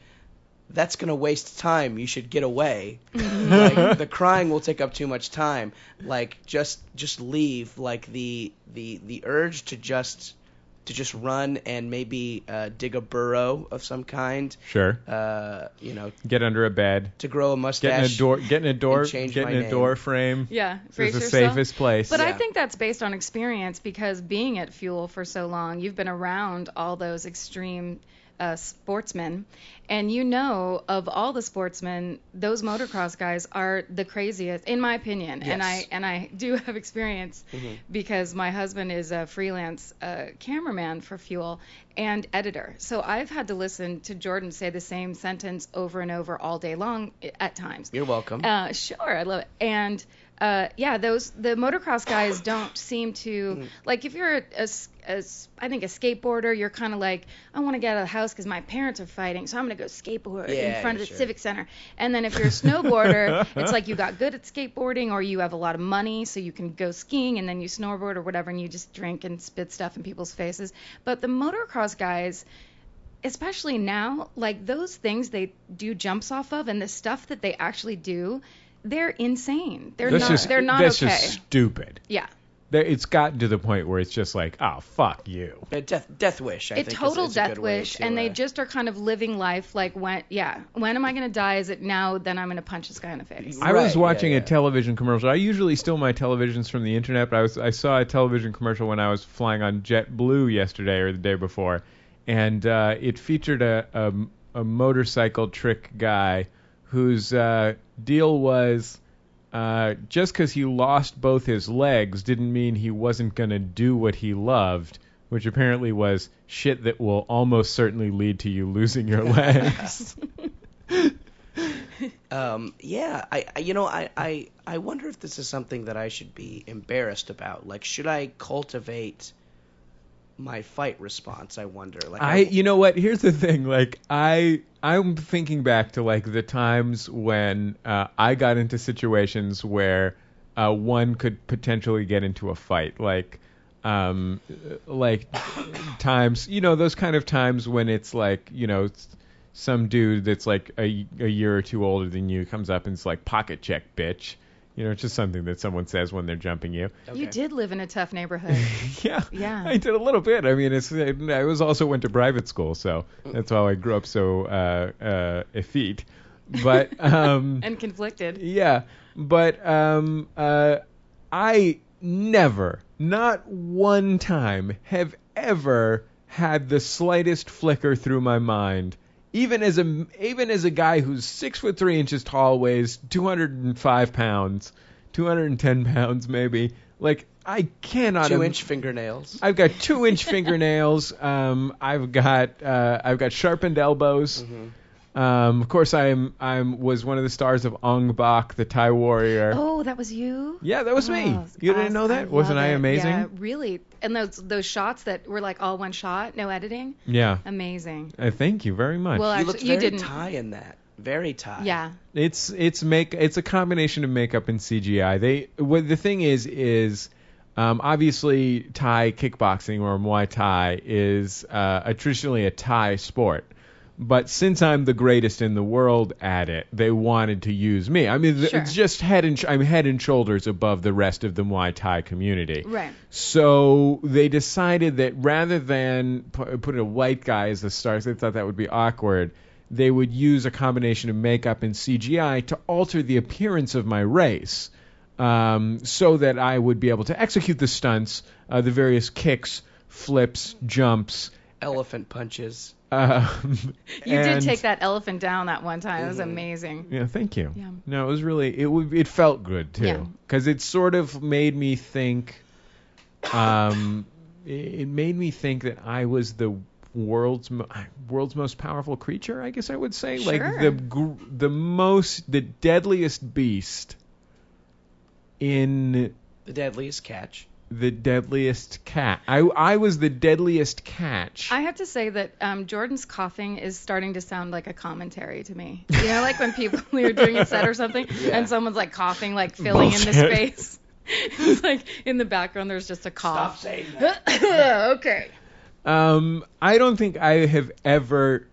S4: that's going to waste time. You should get away. like, the crying will take up too much time. Like just just leave. Like the the the urge to just to just run and maybe uh, dig a burrow of some kind.
S3: Sure.
S4: Uh, you know,
S3: Get under a bed.
S4: to grow a mustache.
S3: Getting a door, getting a door,
S4: and change
S3: getting
S4: my
S3: a
S4: name.
S3: door frame
S5: Yeah.
S3: is
S5: Brace
S3: the
S5: yourself.
S3: safest place.
S5: But I
S4: Yeah.
S5: think that's based on experience because being at Fuel for so long, you've been around all those extreme uh, sportsmen, and you know of all the sportsmen, those motocross guys are the craziest, in my opinion. And
S4: Yes. Mm-hmm.
S5: I and I do have experience because my husband is a freelance uh, cameraman for Fuel and editor. So I've had to listen to Jordan say the same sentence over and over all day long i- at times.
S4: You're welcome.
S5: Uh, sure, I love it. And uh, yeah, those the motocross guys don't seem
S4: Mm.
S5: to like if you're a, a s- a s- I think a skateboarder, you're kind of like I want to get out of the house because my parents are fighting, so I'm gonna go skateboard
S4: Yeah,
S5: in front of the
S4: sure.
S5: civic center. And then if you're a snowboarder, it's like you got good at skateboarding or you have a lot of money, so you can go skiing and then you snowboard or whatever, and you just drink and spit stuff in people's faces. But the motocross guys especially now, like those things they do jumps off of and the stuff that they actually do, they're insane. They're
S3: That's
S5: not
S3: just,
S5: they're not
S3: that's
S5: okay.
S3: just stupid.
S5: Yeah.
S3: there, it's gotten to the point where it's just like, oh fuck you.
S4: Uh, death, death Wish. I
S5: It
S4: think is-
S5: total
S4: is, a
S5: death
S4: good way
S5: wish,
S4: to,
S5: and they
S4: uh,
S5: just are kind of living life like when, yeah, when am I gonna die? Is it now? Then I'm gonna punch this guy in the face.
S3: I
S4: Right,
S3: was
S4: yeah,
S3: watching
S4: yeah.
S3: a television commercial. I usually steal my televisions from the internet, but I was I saw a television commercial when I was flying on JetBlue yesterday or the day before, and uh, it featured a, a a motorcycle trick guy whose uh, deal was uh, just because he lost both his legs didn't mean he wasn't gonna do what he loved, which apparently was shit that will almost certainly lead to you losing your legs.
S4: Um, yeah, I, I, you know, I, I, I wonder if this is something that I should be embarrassed about. Like, should I cultivate my fight response? I wonder. Like,
S3: I you know what? Here's the thing. Like I I'm thinking back to like the times when uh, I got into situations where uh, one could potentially get into a fight. Like um like times you know those kind of times when it's like you know s- some dude that's like a, a year or two older than you comes up and it's like pocket check bitch you know it's just something that someone says when they're jumping you
S5: You did live in a tough neighborhood.
S3: yeah.
S5: Yeah.
S3: I did a little bit. I mean, it's I was also went to private school, so
S5: Mm.
S3: that's how I grew up so uh, uh, effete. But um,
S5: and conflicted.
S3: yeah, but um, uh, I never, not one time, have ever had the slightest flicker through my mind. Even as a even as a guy who's six foot three inches tall, weighs 205 pounds, 210 pounds maybe. Like I cannot.
S4: two
S3: im-
S4: inch fingernails.
S3: I've got two inch fingernails. Um, I've got uh, I've got sharpened elbows. Um, of course, I'm I'm was one of the stars of Ong Bak, the Thai warrior.
S5: Oh, that was you.
S3: Yeah, that was me.
S5: Oh,
S3: you
S5: awes-
S3: didn't know that?
S5: love
S3: Wasn't I
S5: it.
S3: amazing?
S5: Yeah, really. And those those shots that were like all one shot, no editing,
S3: Yeah.
S5: amazing.
S3: Uh, thank you very much.
S5: Well,
S4: you
S5: actually,
S4: looked very
S5: you didn't.
S4: Thai in that. Very Thai.
S5: Yeah,
S3: It's it's make it's a combination of makeup and CGI. They what the thing is is um, obviously Thai kickboxing or Muay Thai is uh, a, traditionally a Thai sport. But since I'm the greatest in the world at it, they wanted to use me. I mean, th-
S5: Sure.
S3: it's just head and sh- I'm head and shoulders above the rest of the Muay Thai community.
S5: right.
S3: So they decided that rather than pu- put a white guy as the star, they thought that would be awkward. They would use a combination of makeup and CGI to alter the appearance of my race, um, so that I would be able to execute the stunts, uh, the various kicks, flips, jumps.
S4: Elephant punches.
S3: Um,
S5: You
S3: and,
S5: did take that elephant down that one time. It
S4: Mm-hmm.
S5: was amazing.
S3: Yeah, thank you.
S5: Yeah.
S3: No, it was really it would it felt good too
S5: Yeah.
S3: because it sort of made me think. Um, it it made me think that I was the world's mo- world's most powerful creature. I guess I would say like
S5: Sure.
S3: the gr- the most the deadliest beast in
S4: The deadliest catch.
S3: the deadliest cat. I I was the deadliest catch.
S5: I have to say that um, Jordan's coughing is starting to sound like a commentary to me. You know, like when people we were doing a set or something, and someone's like coughing, like filling in the
S3: Bullshit.
S5: space. it's like in the background, there's just a cough.
S4: saying that.
S5: okay.
S3: Um, I don't think I have ever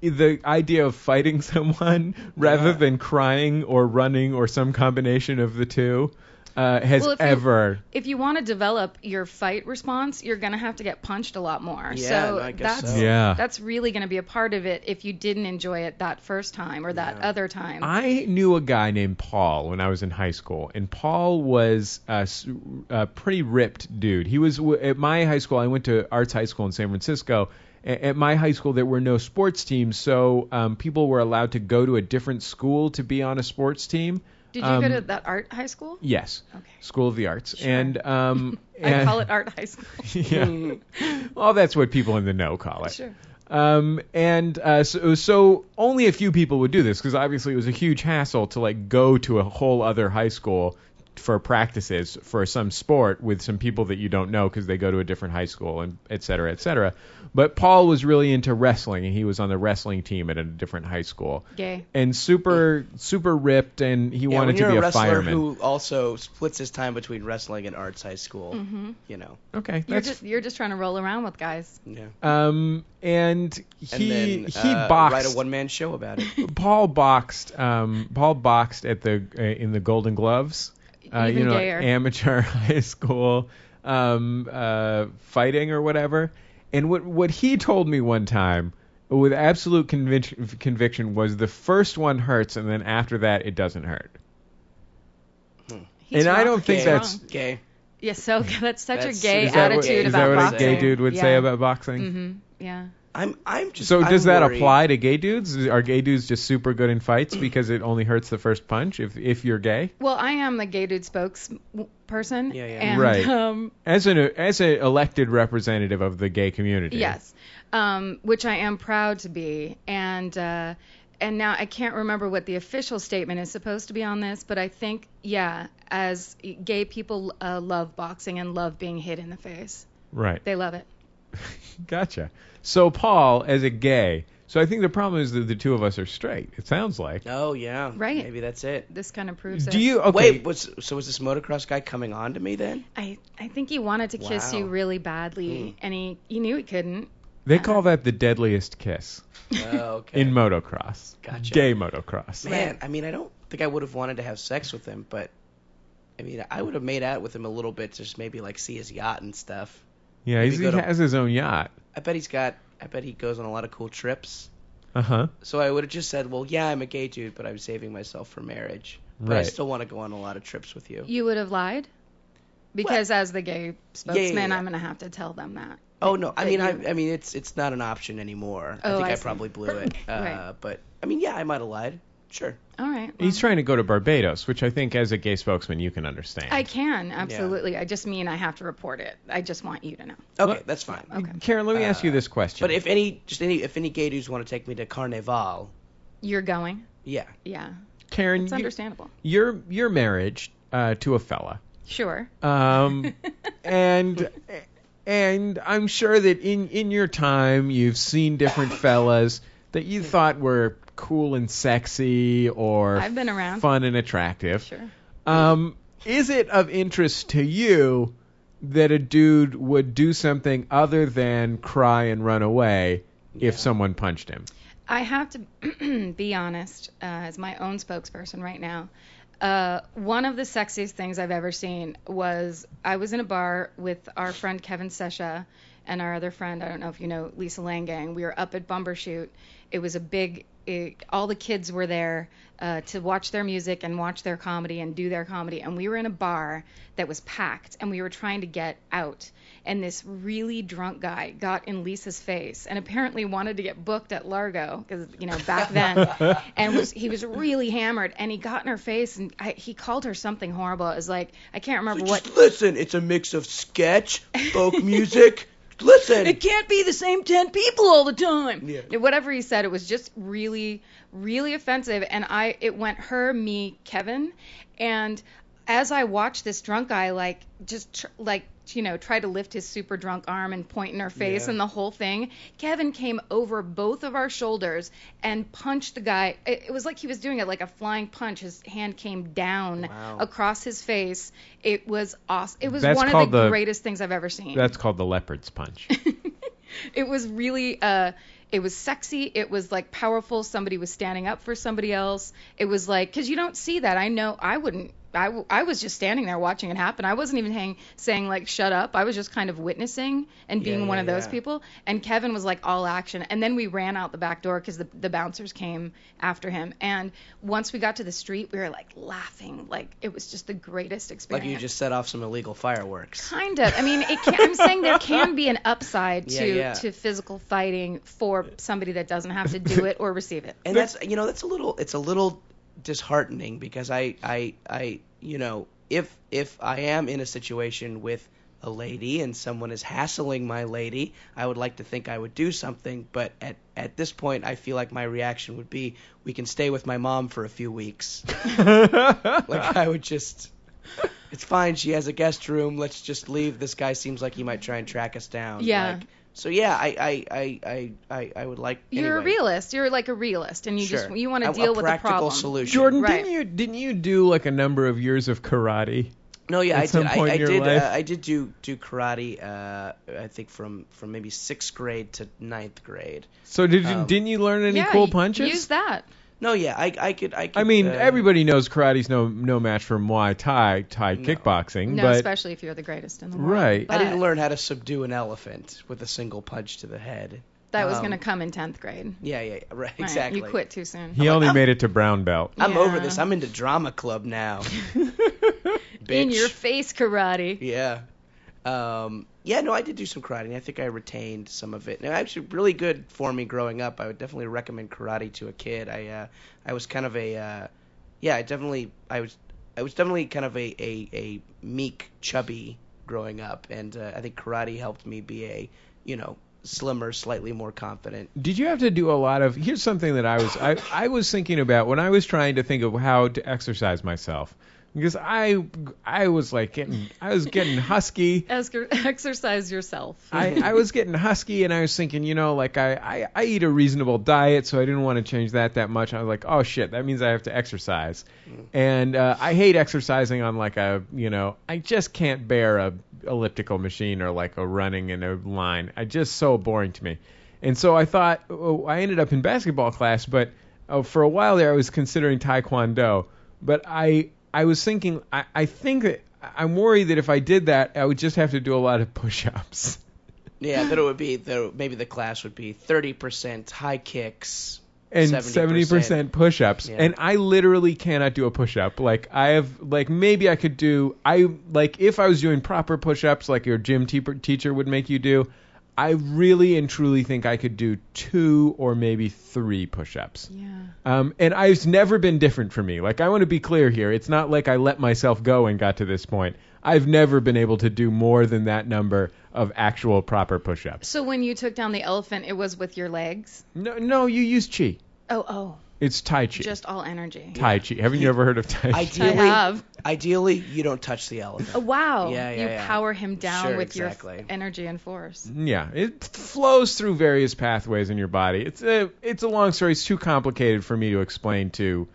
S3: the idea of fighting someone rather than crying or running or some combination of the two uh, has
S5: Well, if you-
S3: ever.
S5: If you want to develop your fight response, you're gonna have to get punched a lot more.
S4: Yeah,
S5: so
S4: no, I guess
S5: that's
S4: so.
S3: Yeah.
S5: that's really gonna be a part of it if you didn't enjoy it that first time or that other time.
S3: I knew a guy named Paul when I was in high school, and Paul was a, s- a pretty ripped dude. He was w- at my high school. I went to arts high school in San Francisco. A- At my high school, there were no sports teams, so um, people were allowed to go to a different school to be on a sports team.
S5: Did you go to
S3: um,
S5: that art high school?
S3: Yes.
S5: Okay.
S3: School of the Arts. And um
S5: I
S3: and-
S5: call it art high school.
S3: yeah. well, that's what people in the know call it.
S5: Sure.
S3: Um and uh, so, so only a few people would do this because obviously it was a huge hassle to like go to a whole other high school for practices for some sport with some people that you don't know because they go to a different high school and et cetera, et cetera. But Paul was really into wrestling and he was on the wrestling team at a different high school.
S5: Gay.
S3: And super, super ripped, and he
S4: Yeah,
S3: wanted
S4: when you're
S3: to be
S4: a
S3: a,
S4: wrestler
S3: fireman.
S4: who also splits his time between wrestling and arts high school,
S5: Mm-hmm.
S4: you know,
S3: okay,
S5: You're
S3: that's
S5: just you're just trying to roll around with guys.
S4: yeah.
S3: Um, and
S4: And
S3: he
S4: then
S3: he
S4: uh, write
S3: boxed.
S4: a one-man show about it.
S3: Paul boxed. Um, Paul boxed at the uh, in the Golden Gloves. uh,
S5: Even
S3: you know, like
S5: gayer.
S3: amateur high school um, uh, fighting or whatever. And what what he told me one time with absolute convic- conviction was the first one hurts, and then after that it doesn't hurt.
S5: He's
S3: and I
S5: wrong.
S3: don't think
S5: He's
S3: that's-
S5: wrong.
S4: Gay.
S5: yeah. So that's such
S4: That's-
S5: a gay
S4: Is that what-
S5: attitude
S4: is
S5: about
S3: that what
S5: boxing.
S3: a gay dude would
S5: yeah. Mm-hmm.
S3: say about boxing?
S5: Yeah.
S4: I'm I'm just
S3: So
S4: I'm
S3: does that
S4: worried.
S3: apply to gay dudes? Are gay dudes just super good in fights because it only hurts the first punch if if you're gay?
S5: Well, I am the gay dude spokesperson.
S4: Yeah, yeah.
S5: And,
S3: Right.
S5: Um,
S3: As an as an elected representative of the gay community.
S5: Yes, um, which I am proud to be, and uh, and now I can't remember what the official statement is supposed to be on this, but I think yeah, as gay people uh, love boxing and love being hit in the face,
S3: Right.
S5: they love it.
S3: Gotcha. So Paul, as a gay, so I think the problem is that the two of us are straight. It sounds like.
S4: Oh yeah.
S5: Right.
S4: Maybe that's it.
S5: This kind of proves
S3: Do
S5: it.
S3: you okay?
S4: Wait, was so was this motocross guy coming on to me then?
S5: I I think he wanted to kiss
S4: Wow.
S5: you really badly, and he he knew he couldn't.
S3: they call that the deadliest kiss
S4: Oh, okay.
S3: in motocross.
S4: Gotcha.
S3: Gay motocross.
S4: Man, I mean, I don't think I would have wanted to have sex with him, but I mean, I would have made out with him a little bit, just maybe like see his yacht and stuff.
S3: Yeah, he's, he
S4: go to-
S3: has his own yacht.
S4: I bet he's got. I bet he goes on a lot of cool trips.
S3: Uh huh.
S4: So I would have just said, "Well, yeah, I'm a gay dude, but I'm saving myself for marriage. But I
S3: Right.
S4: still want to go on a lot of trips with you."
S5: You would have lied, because as the gay spokesman,
S4: yeah.
S5: I'm gonna have to tell them that.
S4: oh no, I
S5: But
S4: mean, I,
S5: you-
S4: I mean, it's it's not an option anymore. I
S5: Oh,
S4: think
S5: I
S4: I,
S5: see.
S4: probably blew it. Uh,
S5: Right.
S4: But I mean, yeah, I might have lied. Sure.
S5: All right. well.
S3: He's trying to go to Barbados, which I think, as a gay spokesman, you can understand.
S5: I can absolutely. I just mean I have to report it. I just want you to know.
S4: Okay, that's fine.
S3: Mm. Karen, let me ask you this question.
S4: Uh, But if any, just any, if any gay dudes want to take me to Carnival,
S5: You're going.
S4: yeah,
S5: Yeah.
S3: Karen,
S5: It's
S3: you-
S5: understandable.
S3: your your marriage uh, to a fella,
S5: Sure.
S3: um, and and I'm sure that in in your time you've seen different fellas that you thought were cool and sexy or
S5: I've been around.
S3: fun and attractive.
S5: Sure.
S3: Um, is it of interest to you that a dude would do something other than cry and run away if someone punched him?
S5: I have to be honest, uh, as my own spokesperson right now. Uh, one of the sexiest things I've ever seen was I was in a bar with our friend Kevin Sesha and our other friend, I don't know if you know Lisa Langang. We were up at Bumbershoot. It was a big, it, all the kids were there uh, to watch their music and watch their comedy and do their comedy. And we were in a bar that was packed and we were trying to get out. And this really drunk guy got in Lisa's face and apparently wanted to get booked at Largo because, you know, back then. and was he was really hammered and he got in her face and I, he called her something horrible. It was like, I can't remember what.
S4: Just listen, it's a mix of sketch, folk music. Listen.
S5: It can't be the same 10 people all the time. Whatever he said, it was just really, really offensive. And I, it went her, me, Kevin. And as I watched this drunk guy, like, just tr- like, you know, try to lift his super drunk arm and point in her face and the whole thing. Kevin came over both of our shoulders and punched the guy. It, it was like he was doing it like a flying punch. His hand came down across his face. It was awesome. It was
S3: That's
S5: one
S3: called
S5: of the,
S3: the-
S5: greatest things I've ever seen
S3: That's called the leopard's punch.
S5: it was really uh it was sexy it was like powerful somebody was standing up for somebody else it was like because you don't see that i know i wouldn't I, w- I was just standing there watching it happen. I wasn't even hang, saying like shut up. I was just kind of witnessing and being one of those
S4: yeah.
S5: people. And Kevin was like all action. And then we ran out the back door because the the bouncers came after him. And once we got to the street, we were like laughing. Like it was just the greatest
S4: Like
S5: experience.
S4: you just set off some illegal fireworks.
S5: Kind of. I mean, it can, I'm saying there can be an upside to
S4: Yeah, yeah.
S5: to physical fighting for somebody that doesn't have to do it or receive it.
S4: And that's you know that's a little it's a little disheartening because I I I you know if if I am in a situation with a lady and someone is hassling my lady, I would like to think I would do something, but at at this point I feel like my reaction would be we can stay with my mom for a few weeks. like I would just it's fine, she has a guest room, let's just leave. This guy seems like he might try and track us down.
S5: Yeah.
S4: Like, so yeah, I I I I I, I would like
S5: You're a
S4: anyway.
S5: realist. You're like a realist, and you just you want
S4: A-
S5: to
S4: a
S5: deal with the
S4: practical
S5: problem.
S4: solution.
S3: Jordan,
S5: Right.
S3: didn't you didn't you do like a number of years of karate?
S4: No, yeah,
S3: at
S4: I
S3: some
S4: did.
S3: point
S4: I,
S3: in your
S4: I did.
S3: life?
S4: Uh, I did do do karate. Uh, I think from from maybe sixth grade to ninth grade.
S3: So did you
S4: Um,
S3: didn't you learn any
S5: Yeah,
S3: cool
S5: y-
S3: punches?
S5: Use that.
S4: No, yeah, I, I could, I could.
S3: I mean,
S4: uh,
S3: everybody knows karate's no no match for Muay Thai, Thai kickboxing, Mm,
S5: No,
S3: but
S5: especially if you're the greatest in the world.
S3: Right.
S4: I didn't
S5: But
S4: learn how to subdue an elephant with a single punch to the head.
S5: That was
S4: um,
S5: going to come in 10th grade.
S4: Yeah, yeah, yeah, right,
S5: Right,
S4: exactly.
S5: You quit too soon.
S3: he only made it to brown belt.
S4: I'm over
S5: Yeah.
S4: this. I'm into drama club now.
S5: In
S4: Bitch.
S5: your face karate.
S4: Yeah. Um, yeah, no, I did do some karate, and I think I retained some of it. And actually, really good for me growing up. I would definitely recommend karate to a kid. I uh, I was kind of a uh, yeah, I definitely I was I was definitely kind of a a, a meek, chubby growing up, and uh, I think karate helped me be a you know slimmer, slightly more confident.
S3: Did you have to do a lot of? Here's something that I was I, I was thinking about when I was trying to think of how to exercise myself because I I was like getting I was getting husky.
S5: Esker- exercise yourself.
S3: I, I was getting husky and I was thinking, you know, like I, I, I eat a reasonable diet, so I didn't want to change that that much. I was like, oh shit, that means I have to exercise. And uh, I hate exercising on like a, you know, I just can't bear a elliptical machine or like a running in a line. I just so boring to me. And so I thought, oh, I ended up in basketball class, but uh, for a while there I was considering taekwondo. But I, I was thinking, I, I think that I'm worried that if I did that, I would just have to do a lot of push-ups.
S4: Yeah, that it would be the maybe the class would be 30% high kicks
S3: and 70%,
S4: 70%.
S3: push-ups
S4: Yeah.
S3: and i literally cannot do a push-up like i have like maybe i could do i like if i was doing proper push-ups like your gym te- teacher would make you do i really and truly think i could do two or maybe three push-ups
S5: yeah.
S3: um, and it's never been different for me. Like I want to be clear here. It's not like I let myself go and got to this point. I've never been able to do more than that number of actual proper push-ups.
S5: So when you took down the elephant, it was with your legs?
S3: No, no, you use chi.
S5: Oh, oh.
S3: It's tai chi.
S5: Just all energy.
S3: Tai Chi. Haven't you ever heard of Tai Chi?
S5: I
S4: Ideally,
S5: have.
S4: ideally you don't touch the
S5: Oh,
S4: elephant.
S5: wow.
S4: Yeah, yeah,
S5: you
S4: yeah.
S5: power him down
S4: Sure,
S5: with your
S4: exactly. Hmm?
S5: f- energy and force.
S3: Yeah, it flows through various pathways in your body. It's a it's a long story. It's too complicated for me to explain to,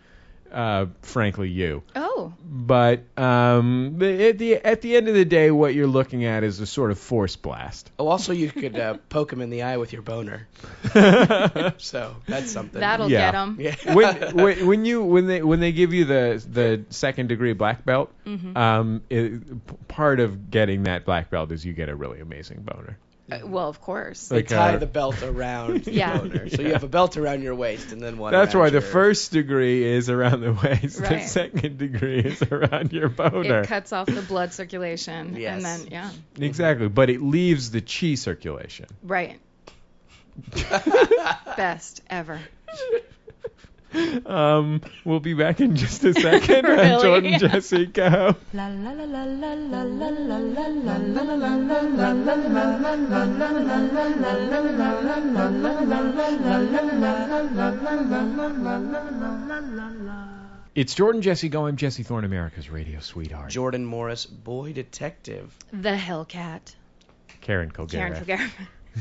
S3: uh, frankly, you.
S5: Oh,
S3: But um, the- at the at the end of the day, what you're looking at is a sort of force blast.
S4: Oh, also you could uh, poke him in the eye with your boner. So that's something.
S5: that'll
S3: Yeah.
S5: get him.
S4: yeah.
S3: when, when when you when they when they give you the the second degree black belt,
S5: Mm-hmm.
S3: um, it, p- part of getting that black belt is you get a really amazing boner.
S5: Uh, well, of course.
S4: They
S3: Like,
S4: tie
S3: uh,
S4: the belt around your
S5: Yeah.
S4: boner. So you have a belt around your waist and then one.
S3: That's
S4: around
S3: why the
S4: your-
S3: first degree is around the waist. The
S5: Right.
S3: second degree is around your boner.
S5: it cuts off the blood circulation.
S4: Yes.
S5: And then, yeah.
S3: Exactly, but it leaves the chi circulation.
S5: Right. Best ever.
S3: Um, we'll be back in just a second on
S5: Really?
S3: Jordan Jesse Go.
S2: La la la la la la la la la la la la
S3: It's Jordan Jesse Go. I'm Jesse Thorne, America's radio sweetheart.
S4: Jordan Morris, boy detective.
S5: The Hellcat.
S3: Karen Kilgariff.
S5: Karen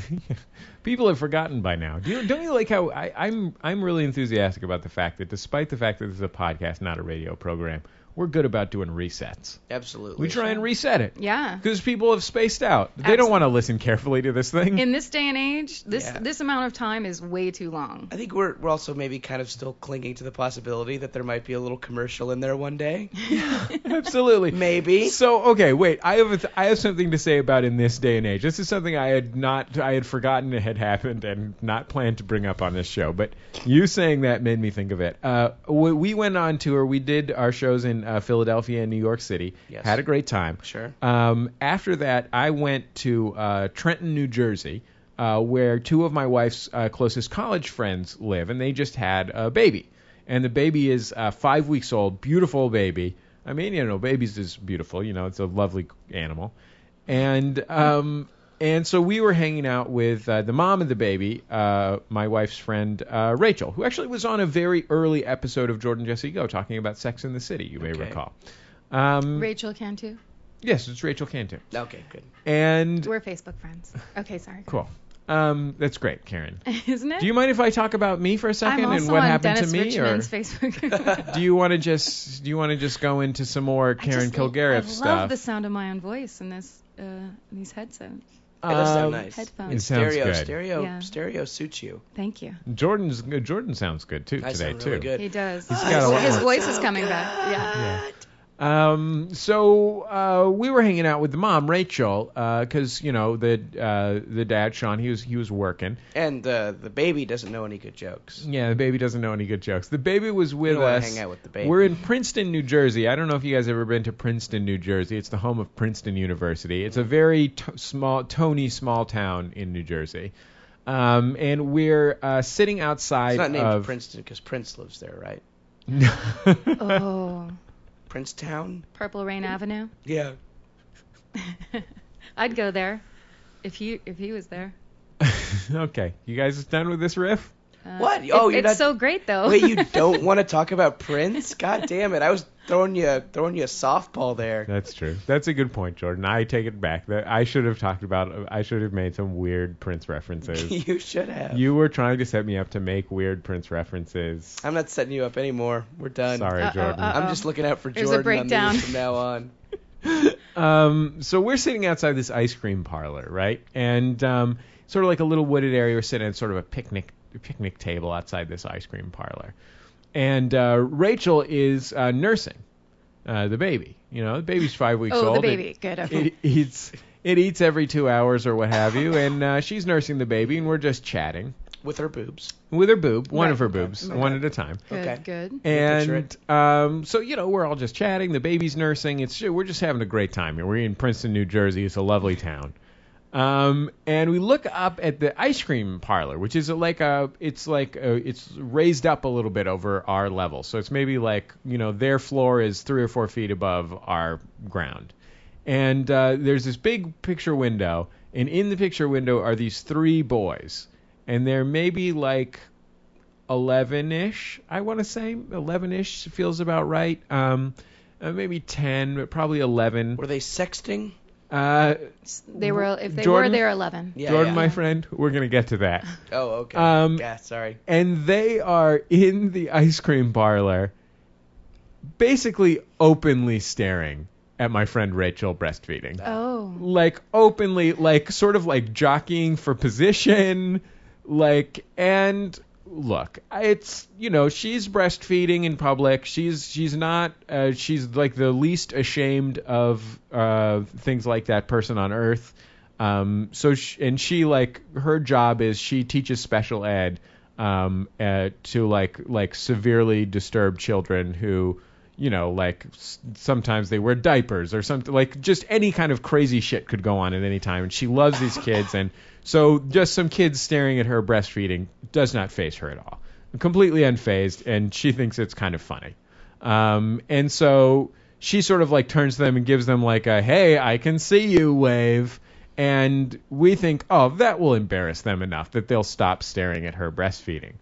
S5: Kilgariff.
S3: People have forgotten by now. Do you, don't you like how I, I'm? I'm really enthusiastic about the fact that, despite the fact that this is a podcast, not a radio program, we're good about doing resets.
S4: Absolutely.
S3: We try and reset it
S5: Yeah.
S3: because people have spaced out. They don't
S5: Absolutely.
S3: want to listen carefully to this thing.
S5: In this day and age, this
S4: Yeah.
S5: this amount of time is way too long.
S3: Mm-hmm.
S4: I think we're we're also maybe kind of still clinging to the possibility that there might be a little commercial in there one day.
S3: Absolutely.
S4: Maybe.
S3: So okay, wait. I have a th- I have something to say about in this day and age. This is something I had not I had forgotten it had happened and not planned to bring up on this show. But you saying that made me think of it. Uh, we, we went on tour. We did our shows in uh, Philadelphia and New York City.
S4: Yes.
S3: Had a great time.
S4: Sure.
S3: Um, after that, I went to uh, Trenton, New Jersey, uh, where two of my wife's uh, closest college friends live, and they just had a baby. And the baby is uh, five weeks old, beautiful baby. I mean, you know, babies is beautiful. You know, it's a lovely animal. And um, and so we were hanging out with uh, the mom of the baby, uh, my wife's friend uh, Rachel, who actually was on a very early episode of Jordan Jesse Go, talking about Sex in the City. You may
S4: Okay.
S3: recall. Um,
S5: Rachel Cantu.
S3: yes, it's Rachel Cantu.
S4: Okay, good.
S3: And
S5: We're Facebook friends. Okay, sorry.
S3: cool. Um, that's great, Karen.
S5: Isn't it?
S3: Do you mind if I talk about me for a
S5: I'm
S3: second
S5: also
S3: and what
S5: on
S3: happened
S5: Dennis
S3: to me,
S5: Richman's
S3: or
S5: Facebook.
S3: do you want to just do you want to just go into some more
S5: I
S3: Karen
S5: just- I
S3: Kilgariff
S5: love
S3: stuff?
S5: the sound of my own voice in this uh, in these headsets.
S4: Yeah, those sound
S3: Um,
S4: nice.
S5: Headphones.
S3: It sounds
S4: stereo,
S3: good.
S4: stereo,
S5: Yeah.
S4: stereo suits you.
S5: Thank you.
S3: Jordan's Jordan sounds good too
S4: I
S3: today
S4: sound
S3: too.
S4: really good.
S5: He does.
S3: got a lot-
S5: His voice is coming back. Yeah.
S3: Um, so uh, we were hanging out with the mom, Rachel, because you know the uh, the dad, Sean, he was he was working.
S4: And uh, the baby doesn't know any good jokes.
S3: Yeah, the baby doesn't know any good jokes. The baby was with
S4: don't wanna
S3: us.
S4: hang out with the baby.
S3: We're in Princeton, New Jersey. I don't know if you guys ever been to Princeton, New Jersey. It's the home of Princeton University. It's a very t- small, tony small town in New Jersey. Um, and we're uh, sitting outside
S4: It's not named
S3: of
S4: Princeton because Prince lives there, right?
S5: Oh,
S4: Princetown.
S5: Purple Rain Avenue.
S4: Yeah.
S5: I'd go there if he if he was there.
S3: okay, you guys done with this riff?
S5: Uh,
S4: What?
S5: it-
S4: Oh, you're
S5: it's
S4: not-
S5: so great though.
S4: Wait, you don't want to talk about Prince? God damn it! I was throwing you throwing you a softball there.
S3: That's true. That's a good point, Jordan. I take it back. That I should have talked about. I should have made some weird Prince references.
S4: you should have.
S3: you were trying to set me up to make weird Prince references.
S4: I'm not setting you up anymore. We're done.
S3: Sorry,
S5: Uh-oh,
S3: Jordan.
S5: uh-oh.
S4: I'm just looking out for
S5: There's a
S4: Jordan on
S5: breakdown.
S4: these from now on.
S3: Um, so we're sitting outside this ice cream parlor, right? And um, sort of like a little wooded area. We're sitting at sort of a picnic picnic table outside this ice cream parlor. And uh, Rachel is uh, nursing uh, the baby. You know, the baby's five weeks
S5: oh,
S3: old.
S5: the
S3: It-
S5: baby. Good. Okay.
S3: it eats it eats every two hours or what have you, and uh, she's nursing the baby, and we're just chatting
S4: With her boobs.
S3: with her boob, one
S5: Right.
S3: of her boobs, one at a time.
S5: good.
S4: okay.
S5: Good.
S4: picture
S3: And um, so you know, we're all just chatting. The baby's nursing. It's we're just having a great time here. We're in Princeton, New Jersey. It's a lovely town. Um, and we look up at the ice cream parlor, which is like a, it's like a, it's raised up a little bit over our level, so it's maybe like you know their floor is three or four feet above our ground, and uh, there's this big picture window, and in the picture window are these three boys, and they're maybe like 11 ish. I want to say 11 ish feels about right. Um, uh, maybe 10, but probably 11.
S4: Were they sexting?
S3: Uh,
S5: They were if they
S3: Jordan?
S5: were they were 11.
S4: Yeah.
S3: Jordan,
S4: yeah.
S3: my friend, we're going to get to that.
S4: Oh, okay.
S3: Um,
S4: yeah, sorry.
S3: and they are in the ice cream parlor, basically openly staring at my friend Rachel breastfeeding.
S5: Oh.
S3: like openly like sort of like jockeying for position like and look it's you know she's breastfeeding in public she's she's not uh, she's like the least ashamed of uh, things like that person on earth um so sh and she like her job is she teaches special ed um uh, to like like severely disturbed children who you know, like s- sometimes they wear diapers or something, like just any kind of crazy shit could go on at any time. And she loves these kids, and so just some kids staring at her breastfeeding does not phase her at all. Completely unfazed, and she thinks it's kind of funny. Um, and so she sort of like turns to them and gives them like a "Hey, I can see you" wave, and we think, oh, that will embarrass them enough that they'll stop staring at her breastfeeding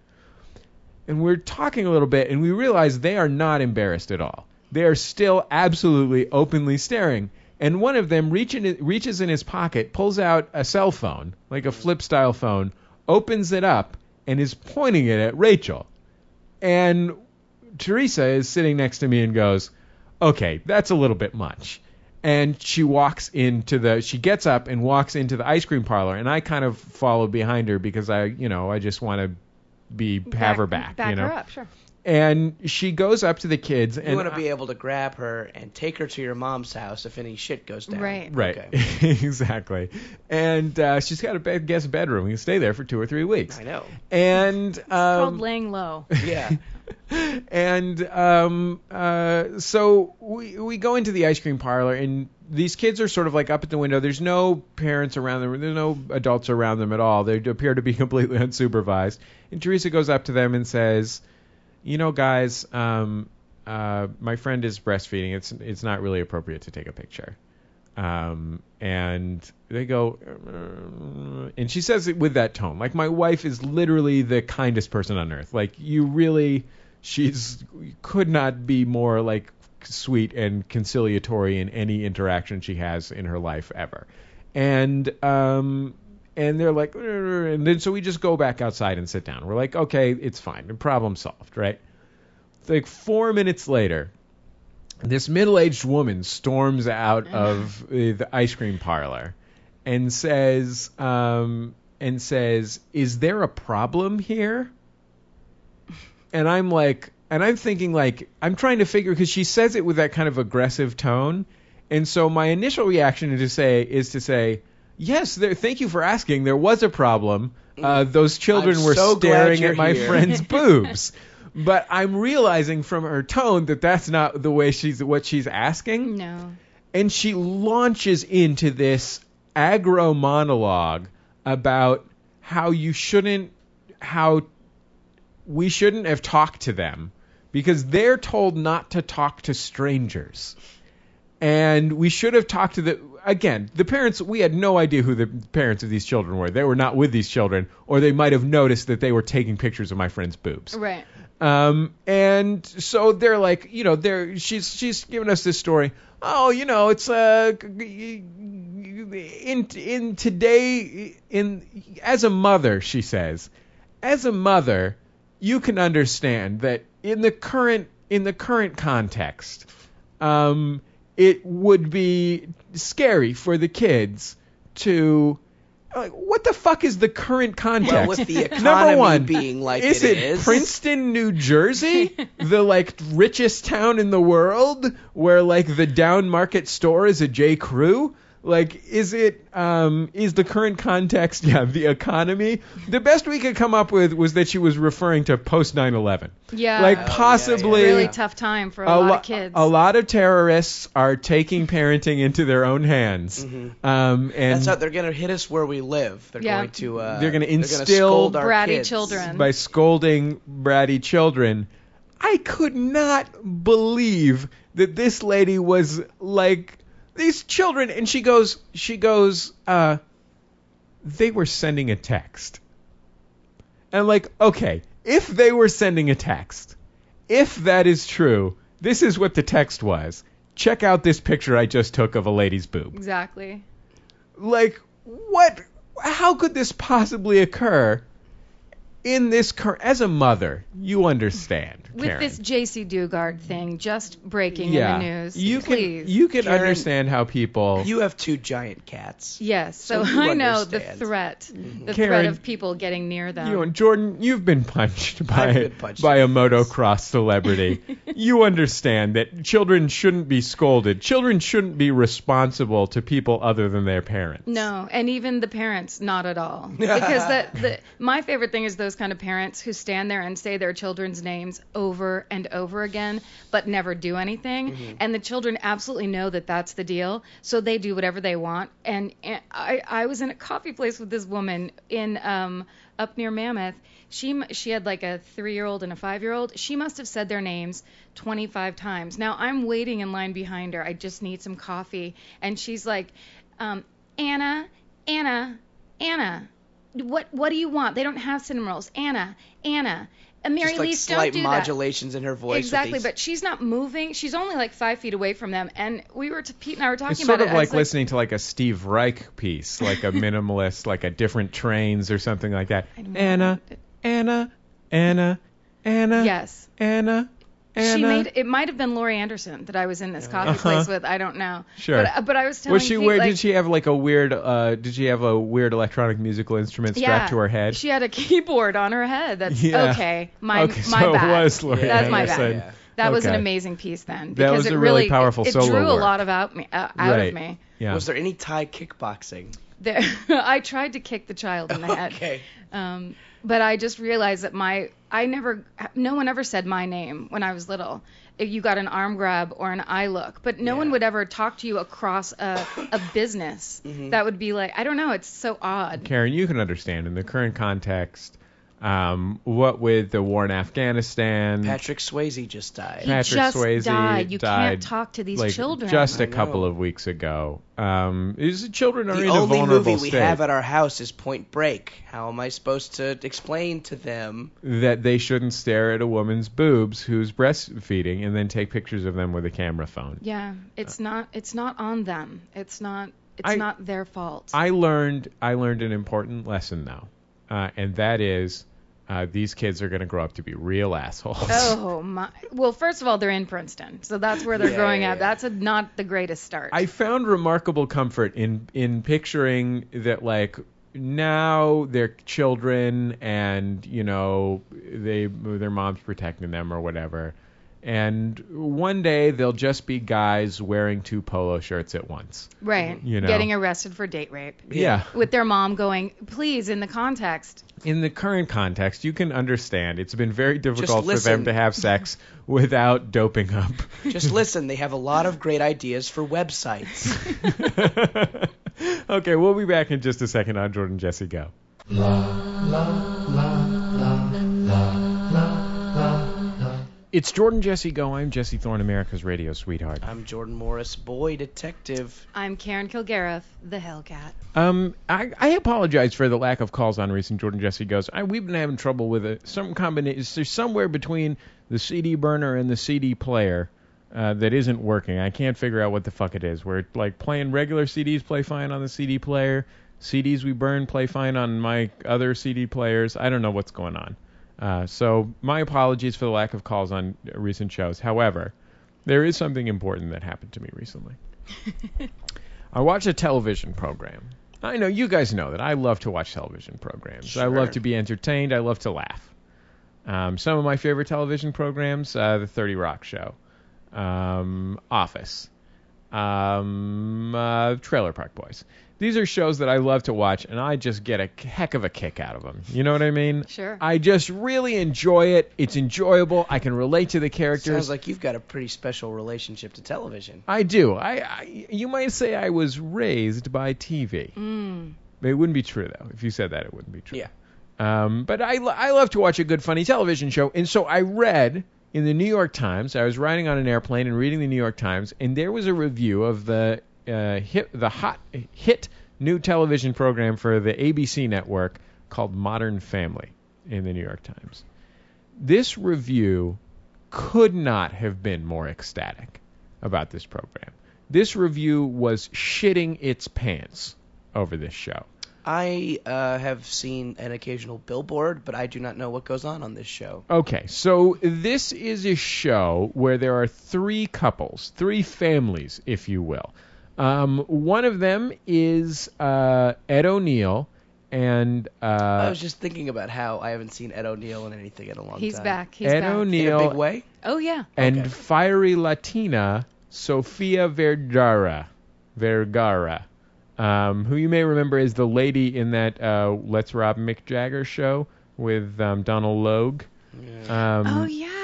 S3: and we're talking a little bit and we realize they are not embarrassed at all. They are still absolutely openly staring. And one of them reach in, reaches in his pocket, pulls out a cell phone, like a flip style phone, opens it up, and is pointing it at Rachel. And Teresa is sitting next to me and goes, Okay, that's a little bit much. And she walks into the, she gets up and walks into the ice cream parlor. And I kind of follow behind her because I, you know, I just want to be, have her back,
S5: Back
S3: you know?
S5: her up. Sure.
S3: And she goes up to the kids
S4: You
S3: and.
S4: want to be able to grab her and take her to your mom's house if any shit goes down.
S5: Right.
S3: Right,
S4: Okay.
S3: exactly, and uh, she's got a bed, guest bedroom. We can stay there for two or three weeks.
S4: I know.
S3: And
S5: Called
S3: um,
S5: laying low.
S4: Yeah.
S3: and um, uh, so we we go into the ice cream parlor, and these kids are sort of like up at the window. There's no parents around them. There's no adults around them at all. They appear to be completely unsupervised. And Teresa goes up to them and says, "You know, guys, um, uh, my friend is breastfeeding. It's it's not really appropriate to take a picture." Um, and they go, "Uh," and she says it with that tone. Like, my wife is literally the kindest person on earth. Like, you really, she's, could not be more, like, sweet and conciliatory in any interaction she has in her life ever. And, um, and they're like, "Uh," and then so we just go back outside and sit down. We're like, okay, it's fine. Problem solved, right? Like, four minutes later,
S4: Mm-hmm.
S3: this middle-aged woman storms out of uh, the ice cream parlor and says um, and says, "Is there a problem here?" And I'm like, and I'm thinking like, I'm trying to figure because she says it with that kind of aggressive tone, and so my initial reaction is to say is to say, "Yes, there, thank you for asking. There was a problem. Uh, those children
S4: Mm-hmm. I'm
S3: were
S4: so glad
S3: staring
S4: you're
S3: at my
S4: here."
S3: friend's boobs." But I'm realizing from her tone that that's not the way she's what she's asking
S5: No.
S3: and she launches into this aggro monologue about how you shouldn't how we shouldn't have talked to them because they're told not to talk to strangers and we should have talked to the again the parents we had no idea who the parents of these children were they were not with these children or they might have noticed that they were taking pictures of my friend's boobs
S5: Right.
S3: um, and so they're like, you know, they're she's she's giving us this story. Oh, you know, it's uh, in in today in as a mother, she says, as a mother, you can understand that in the current in the current context, um, it would be scary for the kids to. Like, what the fuck is the current context?
S4: Well, with the economy
S3: Number one,
S4: being like
S3: is
S4: it
S3: it
S4: is.
S3: Princeton, New Jersey, the like richest town in the world, where like the down market store is a J Crew? Like, is it um is the current context? Yeah, the economy. The best we could come up with was that she was referring to post 9/11.
S5: Yeah.
S3: like
S5: Like
S3: possibly
S5: Uh, really tough time for a, lot
S3: lo-
S5: of kids.
S3: a lot of terrorists are taking parenting into their own hands. Um, and
S4: Mm-hmm. That's how they're gonna hit us where we live. They're
S5: Yeah.
S4: going to. Uh,
S3: They're gonna instill
S4: scold our
S5: Bratty
S4: kids.
S5: children.
S3: by scolding bratty children. I could not believe that this lady was like these children and she goes she goes uh they were sending a text. And like, okay, if they were sending a text, if that is true, this is what the text was. Check out this picture I just took of a lady's boob
S5: exactly.
S3: like what how could this possibly occur in this cur- as a mother you understand
S5: With
S3: Karen.
S5: this JC Dugard thing just breaking
S3: yeah
S5: in the news.
S3: you
S5: please.
S3: can you can
S4: Karen,
S3: understand how people
S4: You have two giant cats.
S5: Yes, so,
S4: So you
S5: I know
S4: understand.
S5: the threat, the
S3: Karen,
S5: threat of people getting near them.
S3: You and Jordan, you've been punched by
S4: I've been punched
S3: by a
S4: in the face.
S3: motocross celebrity. you understand that children shouldn't be scolded. Children shouldn't be responsible to people other than their parents.
S5: no, and even the parents, not at all. Because the, the my favorite thing is those kind of parents who stand there and say their children's names over and over again, but never do anything. And the children absolutely know that that's the deal, so they do whatever they want. And, and I I was in a coffee place with this woman in um up near Mammoth. She m- she had like a three-year-old and a five-year-old. She must have said their names 25 times. Now I'm waiting in line behind her. I just need some coffee, and she's like, um, Anna, Anna, Anna. What what do you want? They don't have cinnamon rolls. Anna, Anna. And Mary
S4: Just like
S5: Elise,
S4: slight
S5: don't do that.
S4: modulations in her voice. with
S5: Exactly,
S4: these-
S5: but she's not moving. She's only like five feet away from them. And we were t Pete and I were talking
S3: It's sort
S5: about
S3: of
S5: it. I was
S3: like listening to like a Steve Reich piece, like a minimalist, like a different trains or something like that. Anna, Anna, Anna, Anna,
S5: Yes.
S3: Anna, Anna. Uh-huh.
S5: She made it might have been Laurie Anderson that I was in this coffee place with. I don't know.
S3: Sure.
S5: But, but I was telling
S3: was she
S5: Pete,
S3: weird?
S5: like,
S3: did she have like a weird? Uh, did she have a weird electronic musical instrument strapped
S5: yeah,
S3: to her head?
S5: She had a keyboard on her head. That's
S3: Yeah.
S5: okay. My
S3: okay,
S5: my
S3: so
S5: bad.
S3: it was Laurie
S5: That's my
S3: Anderson.
S5: bad. That was an
S3: Okay.
S5: amazing piece then
S3: That
S5: because
S3: was
S5: it
S3: a really
S5: really,
S3: powerful
S5: it, it
S3: solo
S5: drew
S3: work.
S5: a lot of out me uh, out
S3: Right.
S5: of me.
S3: Yeah.
S4: was there any Thai kickboxing?
S5: There, I tried to kick the child in the head.
S4: Okay.
S5: Um, but I just realized that my I never no one ever said my name when I was little. If You got an arm grab or an eye look, but no one would ever talk to you across a, a business.
S4: Mm-hmm.
S5: That would be like I don't know. It's so odd.
S3: Karen, you can understand in the current context, um, what with the war in Afghanistan,
S4: Patrick Swayze just died.
S3: Patrick
S5: just
S3: Swayze
S5: died. You
S3: died,
S5: can't talk to these
S3: like
S5: children.
S3: just a
S4: know.
S3: couple of weeks ago. Um, is children are
S4: the
S3: in a
S4: only
S3: vulnerable
S4: movie we
S3: state
S4: have at our house is Point Break. How am I supposed to explain to them?
S3: that they shouldn't stare at a woman's boobs who's breastfeeding and then take pictures of them with a camera phone.
S5: yeah, it's not it's not on them. It's not it's
S3: I-
S5: not their fault.
S3: I learned I learned an important lesson though, uh, and that is uh, these kids are going to grow up to be real assholes.
S5: Oh my! Well, first of all, they're in Princeton, so that's where they're
S4: Yeah,
S5: growing
S4: yeah,
S5: up.
S4: yeah.
S5: That's a, not the greatest start.
S3: I found remarkable comfort in in picturing that like now they're children and you know they their mom's protecting them or whatever. And one day they'll just be guys wearing two polo shirts at once.
S5: right?
S3: you know.
S5: Getting arrested for date rape
S3: Yeah.
S5: with their mom going, please, in the context.
S3: In the current context, you can understand it's been very difficult for them
S4: listen.
S3: to have sex without doping up.
S4: Just listen, they have a lot of great ideas for websites.
S3: okay, we'll be back in just a second on Jordan Jesse Go. It's Jordan Jesse Go. I'm Jesse Thorne, America's radio sweetheart.
S4: I'm Jordan Morris, boy detective.
S5: I'm Karen Kilgariff, the Hellcat.
S3: Um, I, I apologize for the lack of calls on recent Jordan Jesse Goes. I, we've been having trouble with it. Some combination, somewhere between the CD burner and the CD player uh, that isn't working. I can't figure out what the fuck it is. We're like playing regular CDs play fine on the CD player. CDs we burn play fine on my other CD players. I don't know what's going on. Uh, so my apologies for the lack of calls on recent shows. However, there is something important that happened to me recently. I watched a television program. I know you guys know that I love to watch television programs. I love
S4: Sure.
S3: to be entertained. I love to laugh. Um, some of my favorite television programs: uh, The 30 Rock Show, um, Office, um, uh, Trailer Park Boys. These are shows that I love to watch, and I just get a heck of a kick out of them. You know what I mean?
S5: Sure.
S3: I just really enjoy it. It's enjoyable. I can relate to the characters.
S4: Sounds like you've got a pretty special relationship to television.
S3: I do. I, I you might say I was raised by TV. It wouldn't be true though. If you said that, it wouldn't be true.
S4: Yeah.
S3: Um, but I, lo- I love to watch a good funny television show, and so I read in the New York Times. I was riding on an airplane and reading the New York Times, and there was a review of the uh, hit the hot hit new television program for the ABC network called Modern Family in the New York Times. This review could not have been more ecstatic about this program. This review was shitting its pants over this show.
S4: I uh, have seen an occasional billboard, but I do not know what goes on on this show.
S3: Okay, so this is a show where there are three couples, three families, if you will. Um, one of them is uh, Ed O'Neill, and
S4: I
S5: Oh,
S3: uh,
S4: was just thinking about how I haven't seen Ed O'Neill in anything in a long
S5: He's
S4: time.
S5: back. He's
S3: Ed
S5: back.
S4: in a big
S3: O'Neill
S4: way.
S5: Oh yeah.
S3: and
S4: Okay.
S3: fiery Latina Sofia Vergara, Vergara, um, who you may remember is the lady in that uh, Let's Rob Mick Jagger show with um, Donald Logue. Um,
S5: Oh yeah.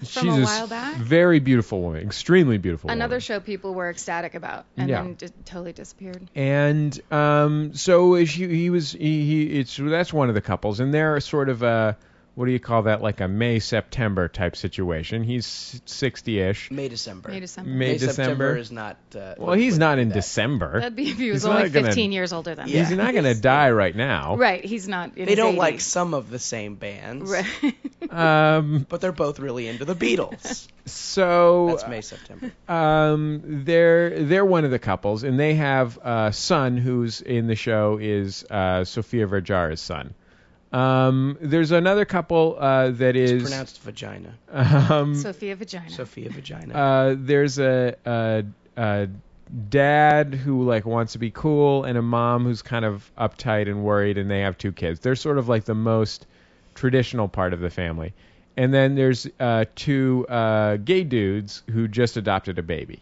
S5: From
S3: she's
S5: a
S3: s-
S5: while back.
S3: very beautiful woman, extremely beautiful.
S5: Another
S3: woman.
S5: show people were ecstatic about, and
S3: Yeah.
S5: then just totally disappeared.
S3: and um, so she, he was he, he it's that's one of the couples, and they're sort of a what do you call that like a May September type situation. He's sixty ish.
S4: May December.
S5: May December.
S3: May, December.
S4: is not. Uh,
S3: well, he's not in
S4: that.
S3: December.
S5: That'd be if he was
S3: He's
S5: only
S3: not gonna-
S5: 15 years older than
S4: Yeah.
S3: He's
S5: that.
S3: not gonna die right now.
S5: Right. He's not. In
S4: They
S5: his
S4: don't like
S5: 80s.
S4: some of the same bands,
S5: Right.
S3: Um,
S4: but they're both really into the Beatles.
S3: so
S4: That's May September.
S3: um, they're they're one of the couples, and they have a son who's in the show is uh, Sofia Vergara's son. Um, there's another couple uh, that
S4: It's
S3: is
S4: pronounced vagina.
S3: um,
S5: Sophia Vagina.
S4: Sophia vagina.
S3: uh, there's a, a, a dad who like wants to be cool and a mom who's kind of uptight and worried, and they have two kids. They're sort of like the most traditional part of the family. And then there's uh, two uh, gay dudes who just adopted a baby.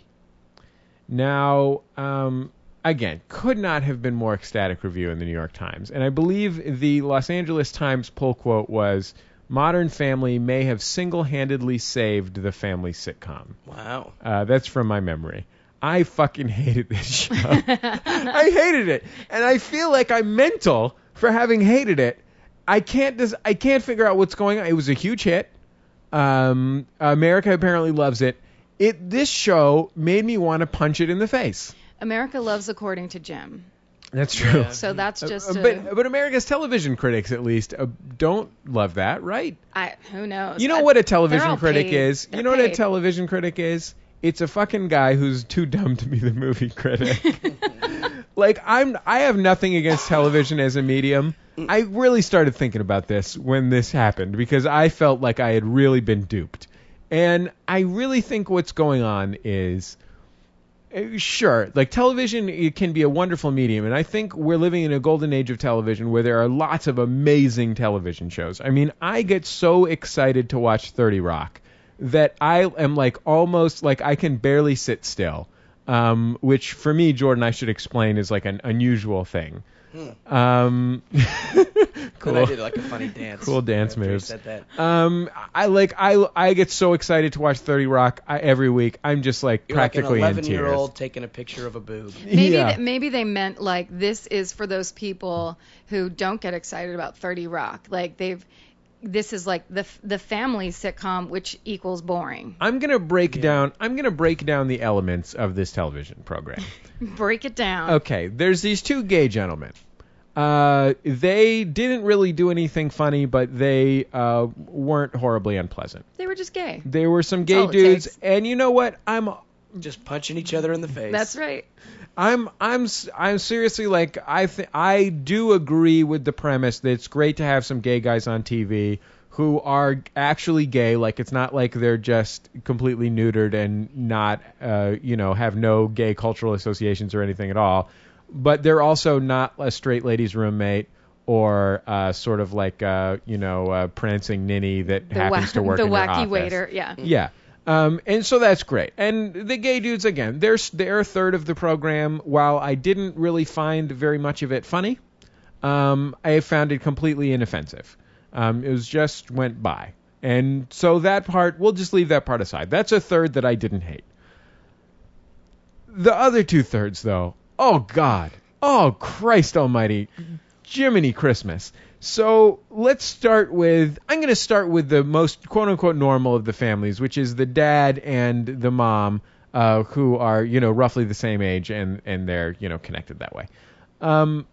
S3: Now, um, again, could not have been more ecstatic review in the New York Times. And I believe the Los Angeles Times poll quote was Modern Family may have single handedly saved the family sitcom.
S4: wow.
S3: Uh, that's from my memory. I fucking hated this show. I hated it, and I feel like I'm mental for having hated it. I can't dis- I can't figure out what's going on. It was a huge hit. Um, America apparently loves it. It this show made me want to punch it in the face.
S5: America loves according to Jim.
S3: That's true.
S5: So that's just. A,
S3: Mm-hmm. Uh, but but America's television critics at least uh, don't love that, right?
S5: I, who knows?
S3: You know
S5: I-
S3: what a
S5: they're all
S3: television critic
S5: paid.
S3: is?
S5: They're
S3: you know what a
S5: paid.
S3: television critic is? It's a fucking guy who's too dumb to be the movie critic. like I'm I have nothing against television as a medium. I really started thinking about this when this happened because I felt like I had really been duped. And I really think what's going on is uh, sure, like television it can be a wonderful medium and I think we're living in a golden age of television where there are lots of amazing television shows. I mean, I get so excited to watch 30 Rock that I am like almost like I can barely sit still. Um, which for me, Jordan, I should explain is like an unusual thing. Um,
S4: Hmm. Cool. I did like a funny dance.
S3: Cool dance
S4: after he
S3: moves.
S4: Said that.
S3: Um, I like I I get so excited to watch Thirty Rock I, every week. I'm just like
S4: You're like an
S3: practically in
S4: 11
S3: tears.
S4: year old taking a picture of a boob.
S5: Maybe
S3: Yeah.
S5: th- maybe they meant like this is for those people who don't get excited about 30 Rock. Like they've this is like the f- the family sitcom which equals boring.
S3: I'm gonna break down. I'm gonna break down the elements of this television program.
S5: Break it down.
S3: okay, there's these two gay gentlemen. Uh, they didn't really do anything funny, but they uh, weren't horribly unpleasant.
S5: They were just gay.
S3: There were some
S5: all
S3: gay
S5: it
S3: dudes,
S5: takes.
S3: and you know what? I'm
S4: Just punching each other in the face.
S5: That's right.
S3: I'm I'm s- I'm seriously like I th- I do agree with the premise that it's great to have some gay guys on TV who are actually gay like it's not like they're just completely neutered and not uh you know have no gay cultural associations or anything at all but they're also not a straight lady's roommate or uh sort of like uh you know uh prancing ninny that
S5: The,
S3: happens
S5: wa-
S3: to work
S5: the
S3: in your
S5: wacky
S3: office.
S5: waiter. Yeah.
S3: Yeah. Um, and so that's great. And the gay dudes again, they're s- they're a third of the program. While I didn't really find very much of it funny, um, I found it completely inoffensive. Um, it was just went by. And so that part, we'll just leave that part aside. That's a third that I didn't hate. The other two thirds, though, oh God, oh Christ Almighty, Jiminy Christmas. So let's start with I'm going to start with the most quote unquote normal of the families, which is the dad and the mom, uh, who are you know roughly the same age and and they're you know connected that way. Um,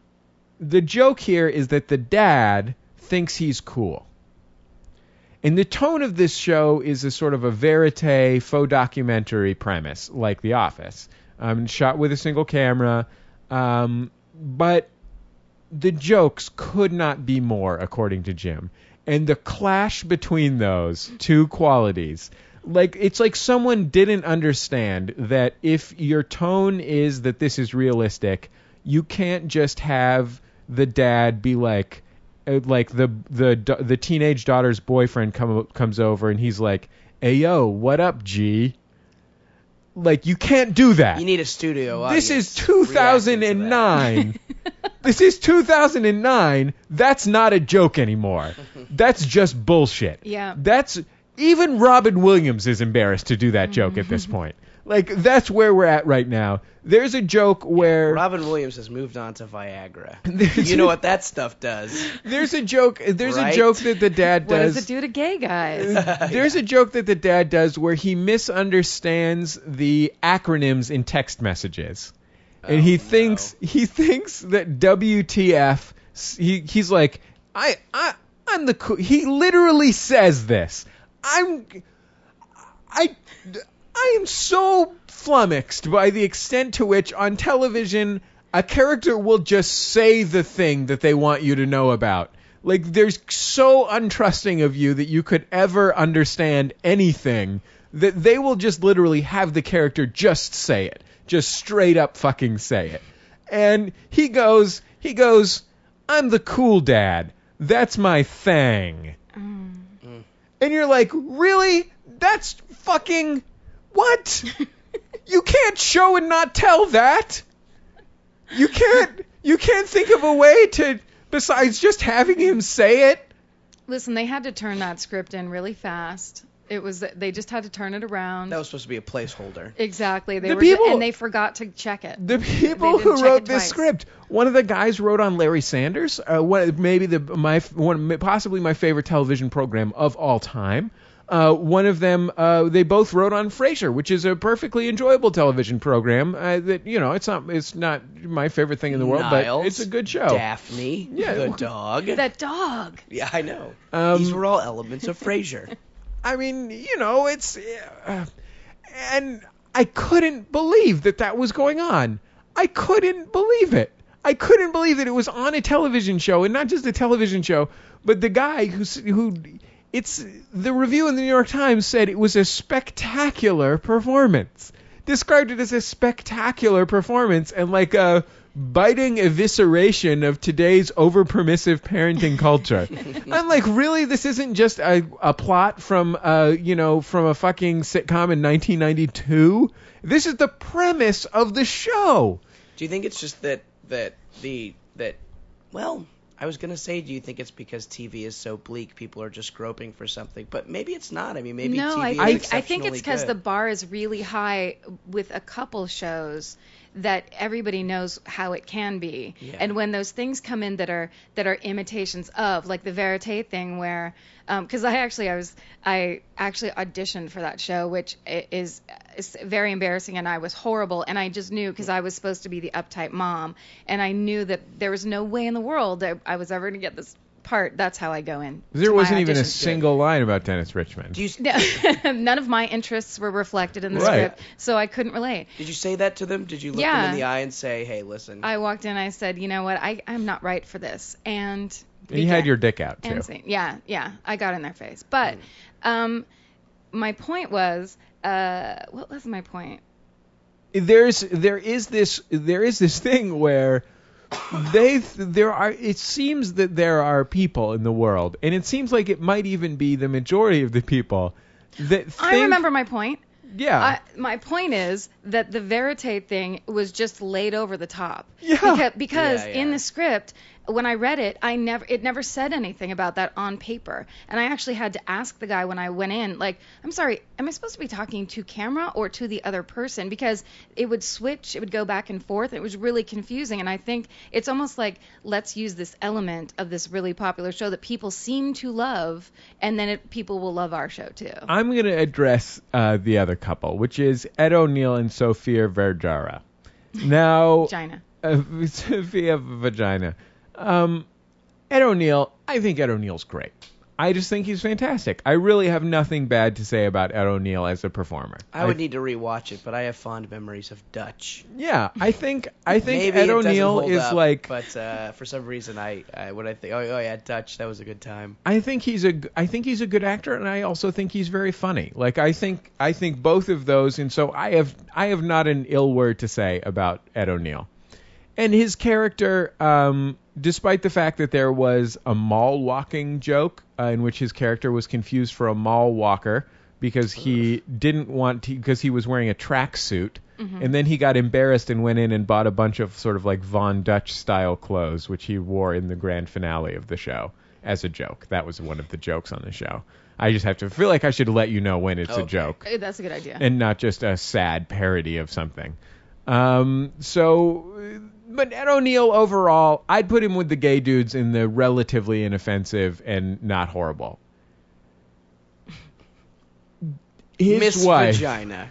S3: the joke here is that the dad thinks he's cool. And the tone of this show is a sort of a verite faux documentary premise, like The Office, um, shot with a single camera. Um, but the jokes could not be more, according to Jim. And the clash between those two qualities, like it's like someone didn't understand that if your tone is that this is realistic, you can't just have the dad be like, uh, like the the da- the teenage daughter's boyfriend come, comes over and he's like, "Hey yo, what up, G?" Like you can't do that.
S4: You need a studio audience
S3: This is
S4: reacting to that.
S3: 2009. this is 2009. That's not a joke anymore. That's just bullshit.
S5: Yeah.
S3: That's even Robin Williams is embarrassed to do that joke at this point. Like that's where we're at right now. There's a joke where
S4: Robin Williams has moved on to Viagra. you know what that stuff does.
S3: there's a joke there's
S4: Right?
S3: a joke that the dad
S5: What
S3: does
S5: does it do to gay guys?
S3: There's a joke that the dad does where he misunderstands the acronyms in text messages, and he thinks he thinks that WTF. He he's like I I I'm the cool. He literally says this. I'm I I am so flummoxed by the extent to which on television a character will just say the thing that they want you to know about. Like they're so untrusting of you that you could ever understand anything that they will just literally have the character just say it. Just straight up fucking say it. And he goes he goes, I'm the cool dad. That's my thing. And you're like, really? That's fucking. What? you can't show and not tell that. You can't. You can't think of a way to besides just having him say it.
S5: Listen, they had to turn that script in really fast. It was they just had to turn it around.
S4: That was supposed to be a placeholder.
S5: exactly. They
S3: The
S5: were ju-
S3: people-
S5: and they forgot to check it.
S3: The people
S5: didn't
S3: who
S5: check
S3: wrote
S5: it
S3: this
S5: twice.
S3: script, one of the guys wrote on Larry Sanders, uh, one, maybe the my one possibly my favorite television program of all time. Uh, one of them, uh, they both wrote on Frasier, which is a perfectly enjoyable television program. Uh, that you know, it's not it's not my favorite thing in the world,
S4: Niles,
S3: but it's a good show.
S4: Daphne,
S3: Yeah.
S4: the dog.
S5: that dog.
S4: yeah, I know.
S3: Um,
S4: These were all elements of Frasier.
S3: I mean, you know, it's uh, and I couldn't believe that that was going on. I couldn't believe it. I couldn't believe that it was on a television show, and not just a television show, but the guy who s- who it's the review in the New York Times said it was a spectacular performance. Described it as a spectacular performance and like a biting evisceration of today's overpermissive parenting culture. I'm like, really? This isn't just a, a plot from uh, you know, from a fucking sitcom in 1992. This is the premise of the show.
S4: Do you think it's just that that the that well, I was gonna say, do you think it's because TV is so bleak, people are just groping for something? But maybe it's not. I mean, maybe
S5: no,
S4: TV
S5: I
S4: is
S5: think I think
S4: exceptionally
S5: it's because the
S4: good.
S5: bar is really high with a couple shows that everybody knows how it can be.
S4: Yeah.
S5: And when those things come in that are that are imitations of, like the Verite thing, where because I actually I was I actually auditioned for that show, which i- is, is very embarrassing, and I was horrible, and I just knew because I was supposed to be the uptight mom, and I knew that there was no way in the world that I was ever going to get this part. That's how I go in. to
S3: There
S5: my
S3: wasn't even a
S5: audition.
S3: single line about Dennis Richmond.
S4: Do you
S5: No, none of my interests were reflected in the
S3: Right.
S5: script, so I couldn't relate.
S4: did you say that to them? Did you look them
S5: Yeah.
S4: in the eye and say, "Hey, listen"?
S5: I walked in, I said, you know what, I, I'm not right for this, and
S3: And you had
S5: began-
S3: your dick out too. Mm.
S5: and saying- yeah, yeah, I got in their face, but um, my point was, uh, what was my point?
S3: There's there is this there is this thing where they there are it seems that there are people in the world, and it seems like it might even be the majority of the people that think,
S5: I remember my point.
S3: Yeah,
S5: I, my point is that the verite thing was just laid over the top.
S3: Yeah.
S5: Because, because
S4: Yeah, yeah.
S5: in the script, when I read it, I never it never said anything about that on paper, and I actually had to ask the guy when I went in, like, I'm sorry, am I supposed to be talking to camera or to the other person? Because it would switch, it would go back and forth. It was really confusing, and I think it's almost like let's use this element of this really popular show that people seem to love, and then it, people will love our show too.
S3: I'm going to address uh, the other couple, which is Ed O'Neill and Sophia Vergara. Now,
S5: China.
S3: uh, Sophia Vagina. Um, Ed O'Neill, I think Ed O'Neill's great. I just think he's fantastic. I really have nothing bad to say about Ed O'Neill as a performer.
S4: I would need to rewatch it, but I have fond memories of Dutch.
S3: Yeah, I think I think
S4: Maybe
S3: Ed
S4: it doesn't
S3: O'Neill
S4: hold
S3: is
S4: up,
S3: like
S4: but uh, for some reason, I, I what I think. Oh, oh yeah, Dutch. That was a good time.
S3: I think he's a g- I think he's a good actor, and I also think he's very funny. Like I think I think both of those, and so I have I have not an ill word to say about Ed O'Neill, and his character, um, despite the fact that there was a mall walking joke uh, in which his character was confused for a mall walker because he didn't want to because he was wearing a tracksuit. And then he got embarrassed and went in and bought a bunch of sort of like Von Dutch style clothes, which he wore in the grand finale of the show as a joke. That was one of the jokes on the show. I just have to feel like I should let you know when it's a
S4: Okay.
S3: joke
S5: Uh, That's a good idea.
S3: and not just a sad parody of something. Um, so, but Ed O'Neill overall, I'd put him with the gay dudes in the relatively inoffensive and not horrible. His
S4: Miss
S3: wife,
S4: Vagina.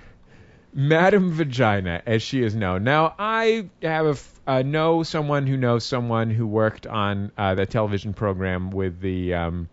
S3: Madam Vagina, as she is known. Now, I have a f- uh, know someone who knows someone who worked on uh, the television program with the um,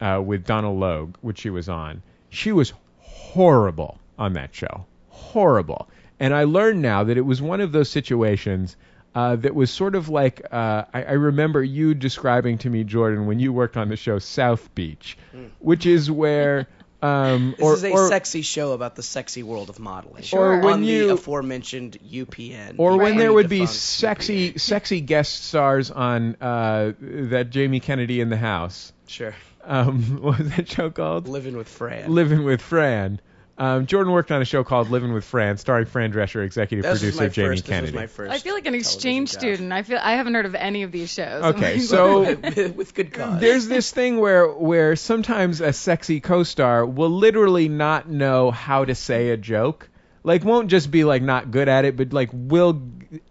S3: uh, with Donna Logue, which she was on. She was horrible on that show, horrible. And I learned now that it was one of those situations uh, that was sort of like uh, I, I remember you describing to me, Jordan, when you worked on the show South Beach, which is where. Um,
S4: Hmm. This
S3: or,
S4: is a
S3: or-
S4: sexy show about the sexy world of modeling.
S5: Sure.
S3: or when
S4: on
S3: you
S4: the aforementioned UPN.
S3: or
S4: the
S3: when there
S4: already
S3: would be
S4: defunct
S3: sexy
S4: UPN.
S3: sexy guest stars on uh, that Jamie Kennedy in the house.
S4: Sure.
S3: Um, what was that show called?
S4: Living with Fran.
S3: Living with Fran. Um, Jordan worked on a show called Living with Fran, starring Fran Drescher, executive
S4: This was
S3: producer
S4: my
S3: Jamie
S4: first. This was
S3: Kennedy.
S4: my first.
S5: I feel like an
S4: television
S5: exchange
S4: job.
S5: student. I feel I haven't heard of any of these shows.
S3: Okay, so
S4: with, with good cause.
S3: Oh. there's this thing where where sometimes a sexy co-star will literally not know how to say a joke. Like won't just be like not good at it, but like will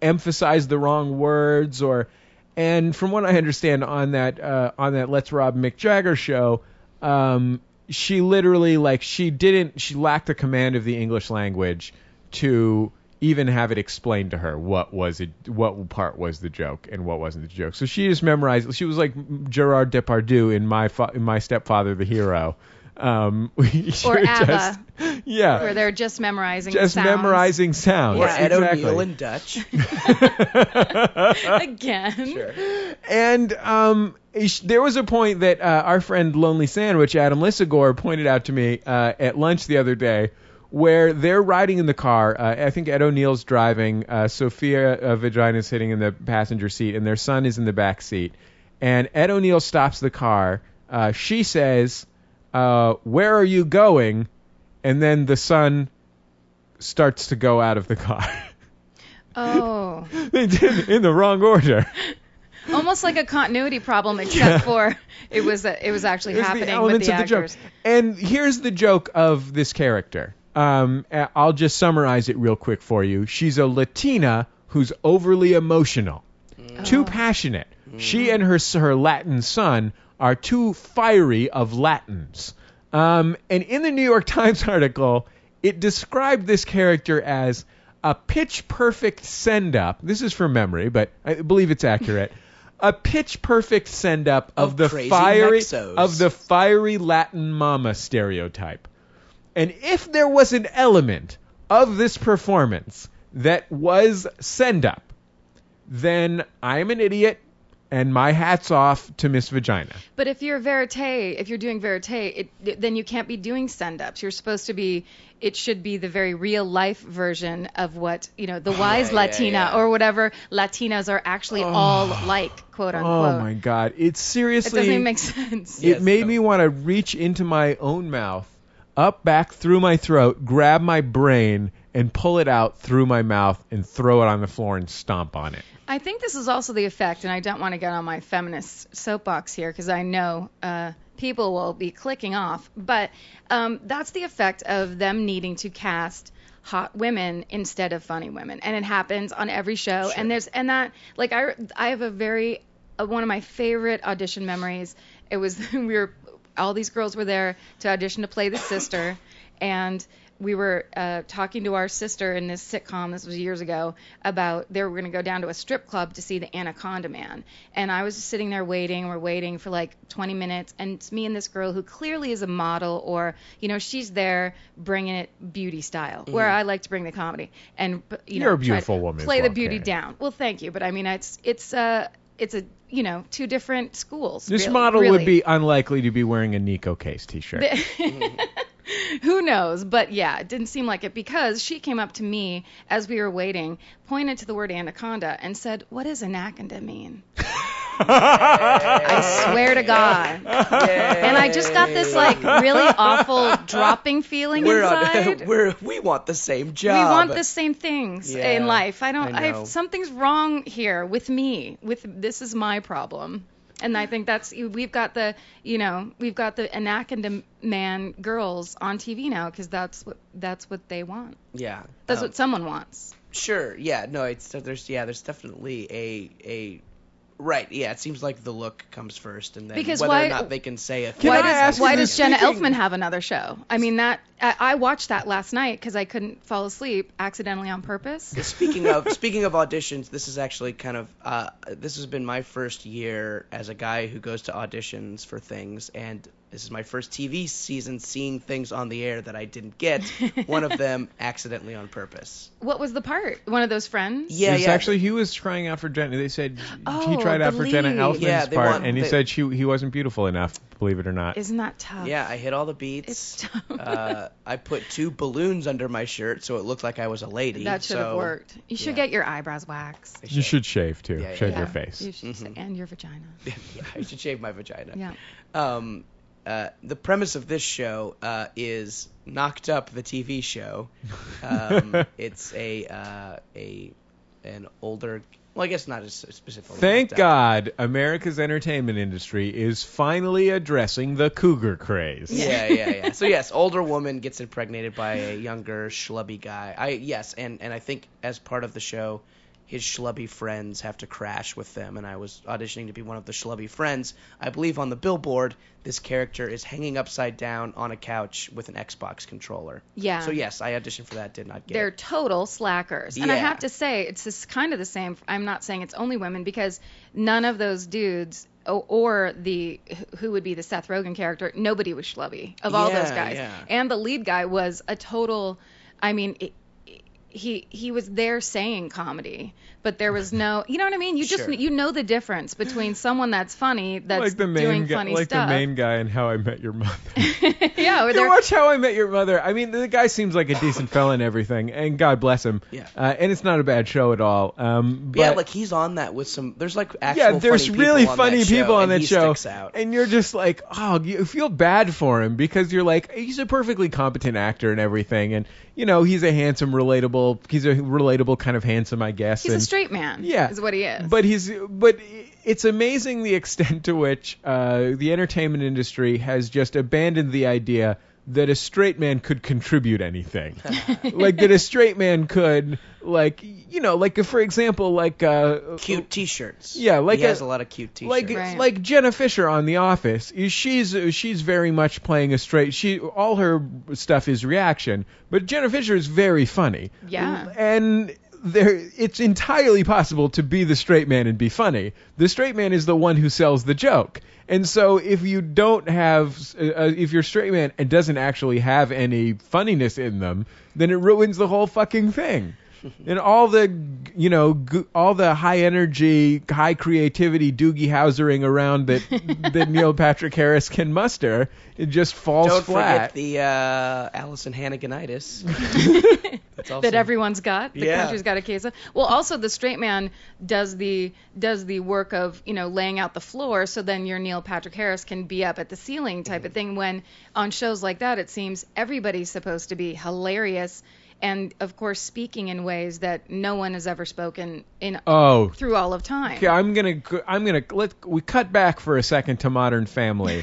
S3: emphasize the wrong words or and from what I understand on that uh, on that Let's Rob Mick Jagger show, um, she literally like she didn't she lacked the command of the English language to even have it explained to her what was it what part was the joke and what wasn't the joke. So she just memorized. She was like Gerard Depardieu in my fa- in my stepfather the hero. Um, we
S5: Or
S3: should
S5: ABBA,
S3: just yeah,
S5: where they're just memorizing.
S3: just
S5: sounds.
S3: memorizing sounds.
S4: Or Ed
S3: exactly.
S4: O'Neill in Dutch.
S5: again.
S3: And um, ish- there was a point that uh, our friend Lonely Sandwich, Adam Lissagore, pointed out to me uh, at lunch the other day, where they're riding in the car. Uh, I think Ed O'Neill's driving. Uh, Sophia uh, Vagina's sitting in the passenger seat, and their son is in the back seat. And Ed O'Neill stops the car. Uh, she says, uh, "Where are you going?" And then the son starts to go out of the car.
S5: Oh,
S3: they did it in the wrong order.
S5: almost like a continuity problem, except for it was it was actually
S3: There's
S5: happening
S3: the elements
S5: with the
S3: of the
S5: actors.
S3: joke. And here's the joke of this character. Um, a- I'll just summarize it real quick for you. She's a Latina who's overly emotional,
S4: Mm.
S3: too passionate. She and her s- her Latin son are too fiery of Latins. Um, and in the New York Times article, it described this character as a pitch perfect send up. This is from memory, but I believe it's accurate. a pitch perfect send up of,
S4: Of
S3: the
S4: crazy
S3: fiery
S4: Mexos.
S3: of the fiery Latin mama stereotype. And if there was an element of this performance that was send up, then I'm an idiot and my hat's off to Miss Vagina.
S5: But if you're verite, if you're doing verite, it, then you can't be doing send-ups. You're supposed to be. It should be the very real life version of what you know,
S3: Oh,
S5: the wise Latina
S4: yeah.
S5: or whatever Latinas are actually all like, quote
S3: Oh
S5: unquote.
S3: my god. It's
S5: It
S3: seriously
S5: doesn't even make sense.
S3: It made me want to reach into my own mouth, up back through my throat, grab my brain, and pull it out through my mouth and throw it on the floor and stomp on it.
S5: I think this is also the effect, and I don't want to get on my feminist soapbox here because I know uh, people will be clicking off, but um, that's the effect of them needing to cast hot women instead of funny women, and it happens on every show. And there's and that like I I have a very uh, one of my favorite audition memories. It was we were all these girls were there to audition to play the sister, and we were uh, talking to our sister in this sitcom. This was years ago about they were going to go down to a strip club to see the Anaconda Man, and I was just sitting there waiting. We're waiting for like 20 minutes, and it's me and this girl who clearly is a model, or you know, she's there bringing it beauty style, where I like to bring the comedy and you
S3: Mm-hmm. You're
S5: know,
S3: a
S5: try to
S3: beautiful woman as
S5: play
S3: well,
S5: the beauty
S3: Karen.
S5: down. Well, thank you, but I mean, it's it's uh it's a you know two different schools.
S3: This
S5: really-
S3: model would
S5: really.
S3: be unlikely to be wearing a Nico Case t shirt.
S5: Who knows? But yeah, it didn't seem like it because she came up to me as we were waiting, pointed to the word anaconda, and said, What does anaconda mean?
S4: Ah.
S5: I swear to God. And I just got this like really awful dropping feeling
S4: We're
S5: inside.
S4: on. we're, we want the same job.
S5: we want the same things
S4: Yeah,
S5: in life. I don't.
S4: I
S5: I
S4: know.
S5: something's wrong here with me. With this is my problem, and I think that's we've got the you know we've got the anaconda man girls on TV now because that's what that's what they want.
S4: Yeah.
S5: That's
S4: um,
S5: what someone wants.
S4: Sure. Yeah. No. It's there's yeah. There's definitely a a. Right. Yeah. It seems like the look comes first, and then
S5: Because
S4: whether
S5: why-
S4: or not they can say a.
S3: Can
S5: why
S3: I
S5: does,
S3: ask you
S5: why
S3: this
S5: does Jenna
S3: speaking-
S5: Elfman have another show? I mean that I, I watched that last night because I couldn't fall asleep accidentally on purpose.
S4: speaking of speaking of auditions, this is actually kind of uh, this has been my first year as a guy who goes to auditions for things, and this is my first TV season seeing things on the air that I didn't get. one of them accidentally on purpose.
S5: What was the part? One of those friends?
S4: Yeah,
S3: It's
S4: yeah.
S3: actually he was trying out for Jenna. They said he
S5: Oh,
S3: tried out for Jenna
S5: believe.
S3: Elfman's
S4: Yeah, they
S3: part,
S4: want-
S3: and he
S4: they-
S3: said she he wasn't beautiful enough. Believe it or not.
S5: Isn't that tough?
S4: yeah, I hit all the beats.
S5: It's tough.
S4: uh, I put two balloons under my shirt so it looked like I was a lady.
S5: That should have
S4: so-
S5: worked. You should
S4: yeah.
S5: get your eyebrows waxed.
S3: you should shave too.
S4: Yeah, yeah,
S3: shave
S4: yeah.
S3: your
S5: Yeah,
S3: face.
S5: you should-
S4: Mm-hmm.
S5: And your vagina.
S4: yeah, I should shave my vagina.
S5: Yeah.
S4: Um, uh, the premise of this show uh, is knocked up the TV show. Um, it's a uh, a an older. Well, I guess not as specifically.
S3: Thank
S4: knocked up.
S3: God America's entertainment industry is finally addressing the cougar craze.
S4: Yeah, yeah, yeah. So yes, older woman gets impregnated by a younger schlubby guy. I yes, and and I think as part of the show, his schlubby friends have to crash with them, and I was auditioning to be one of the schlubby friends. I believe on the billboard, this character is hanging upside down on a couch with an Xbox controller.
S5: Yeah.
S4: So yes, I auditioned for that. Did not get.
S5: They're
S4: it.
S5: total slackers. And I
S4: Yeah.
S5: have to say, it's just kind of the same. I'm not saying it's only women because none of those dudes o- or the who would be the Seth Rogen character, nobody was schlubby of all those
S4: Yeah,
S5: guys.
S4: yeah.
S5: And the lead guy was a total. I mean, it, he he was there saying comedy, but there was no. You know what I mean? You just
S4: Sure.
S5: you know the difference between someone that's funny that's
S3: like the
S5: doing
S3: main guy,
S5: funny
S3: like
S5: stuff.
S3: the main guy in How I Met Your Mother.
S5: yeah, or
S3: You
S5: they're
S3: watch How I Met Your Mother. I mean, the guy seems like a decent fella and everything, and God bless him.
S4: Yeah.
S3: Uh, and it's not a bad show at all. Um, but
S4: yeah, like he's on that with some. There's like actual
S3: yeah, there's
S4: funny
S3: really
S4: people
S3: funny
S4: on that
S3: people
S4: show,
S3: on
S4: and
S3: that
S4: he
S3: show,
S4: Sticks out.
S3: and you're just like, oh, you feel bad for him because you're like, he's a perfectly competent actor and everything, and you know, he's a handsome, relatable, he's a relatable kind of handsome, I guess.
S5: he's a
S3: and-
S5: straight man.
S3: Yeah,
S5: is what he is.
S3: But he's but it's amazing the extent to which uh, the entertainment industry has just abandoned the idea that a straight man could contribute anything. like that a straight man could like you know like for example like uh
S4: cute T-shirts.
S3: Yeah, like
S4: he
S3: a-
S4: has a lot of cute T-shirts.
S3: like
S5: Right.
S3: like Jenna Fisher on The Office. You- She's she's very much playing a straight. She all her stuff is reaction, but Jenna Fisher is very funny.
S5: Yeah.
S3: and there it's entirely possible to be the straight man and be funny. The straight man is the one who sells the joke. And so, if you don't have, uh, uh, if your straight man and doesn't actually have any funniness in them, then it ruins the whole fucking thing and all the you know g- all the high energy, high creativity Doogie Housering around that that Neil Patrick Harris can muster, it just falls
S4: Don't
S3: flat.
S4: forget the uh, Allison Hanniganitis. That's also
S5: that everyone's got. The
S4: Yeah.
S5: country's got a case of. Well, also the straight man does the does the work of you know laying out the floor, so then your Neil Patrick Harris can be up at the ceiling type
S3: Mm-hmm.
S5: of thing. When on shows like that, it seems everybody's supposed to be hilarious, and of course speaking in ways that no one has ever spoken in
S3: oh.
S5: through all of time.
S3: Okay, I'm gonna I'm gonna let we cut back for a second to Modern Family.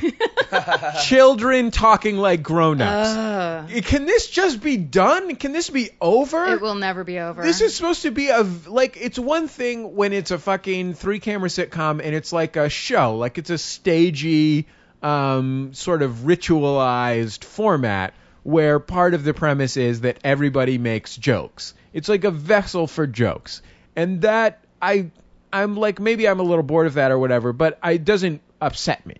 S3: Children talking like grown-ups.
S4: Uh.
S5: Ugh.
S3: Can this just be done? Can this be over?
S5: Uh, it will never be over.
S3: This is supposed to be a like it's one thing when it's a fucking three camera sitcom and it's like a show, like it's a stagey um sort of ritualized format where part of the premise is that everybody makes jokes. It's like a vessel for jokes. And that I I'm like maybe I'm a little bored of that or whatever, but I- it doesn't upset me.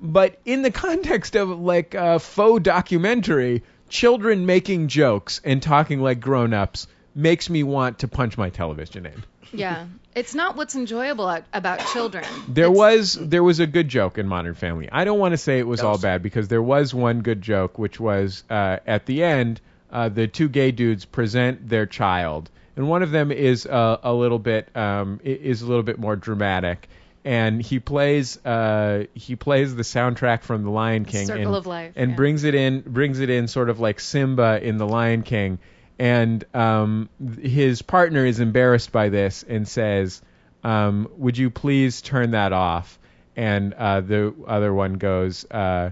S3: But in the context of like a faux documentary, children making jokes and talking like grown-ups makes me want to punch my television in.
S5: yeah. It's not what's enjoyable at, about children.
S3: There was there was a good joke in Modern Family. I don't want to say it was all bad because there was one good joke, which was uh, at the end uh, the two gay dudes present their child, and one of them is uh, a little bit um, i- is a little bit more dramatic, and he plays uh, he plays the soundtrack from The Lion King
S5: Circle
S3: and,
S5: of Life,
S3: and
S5: yeah.
S3: brings it in brings it in sort of like Simba in The Lion King, and um, th- his partner is embarrassed by this and says um, would you please turn that off? And uh, the other one goes, uh,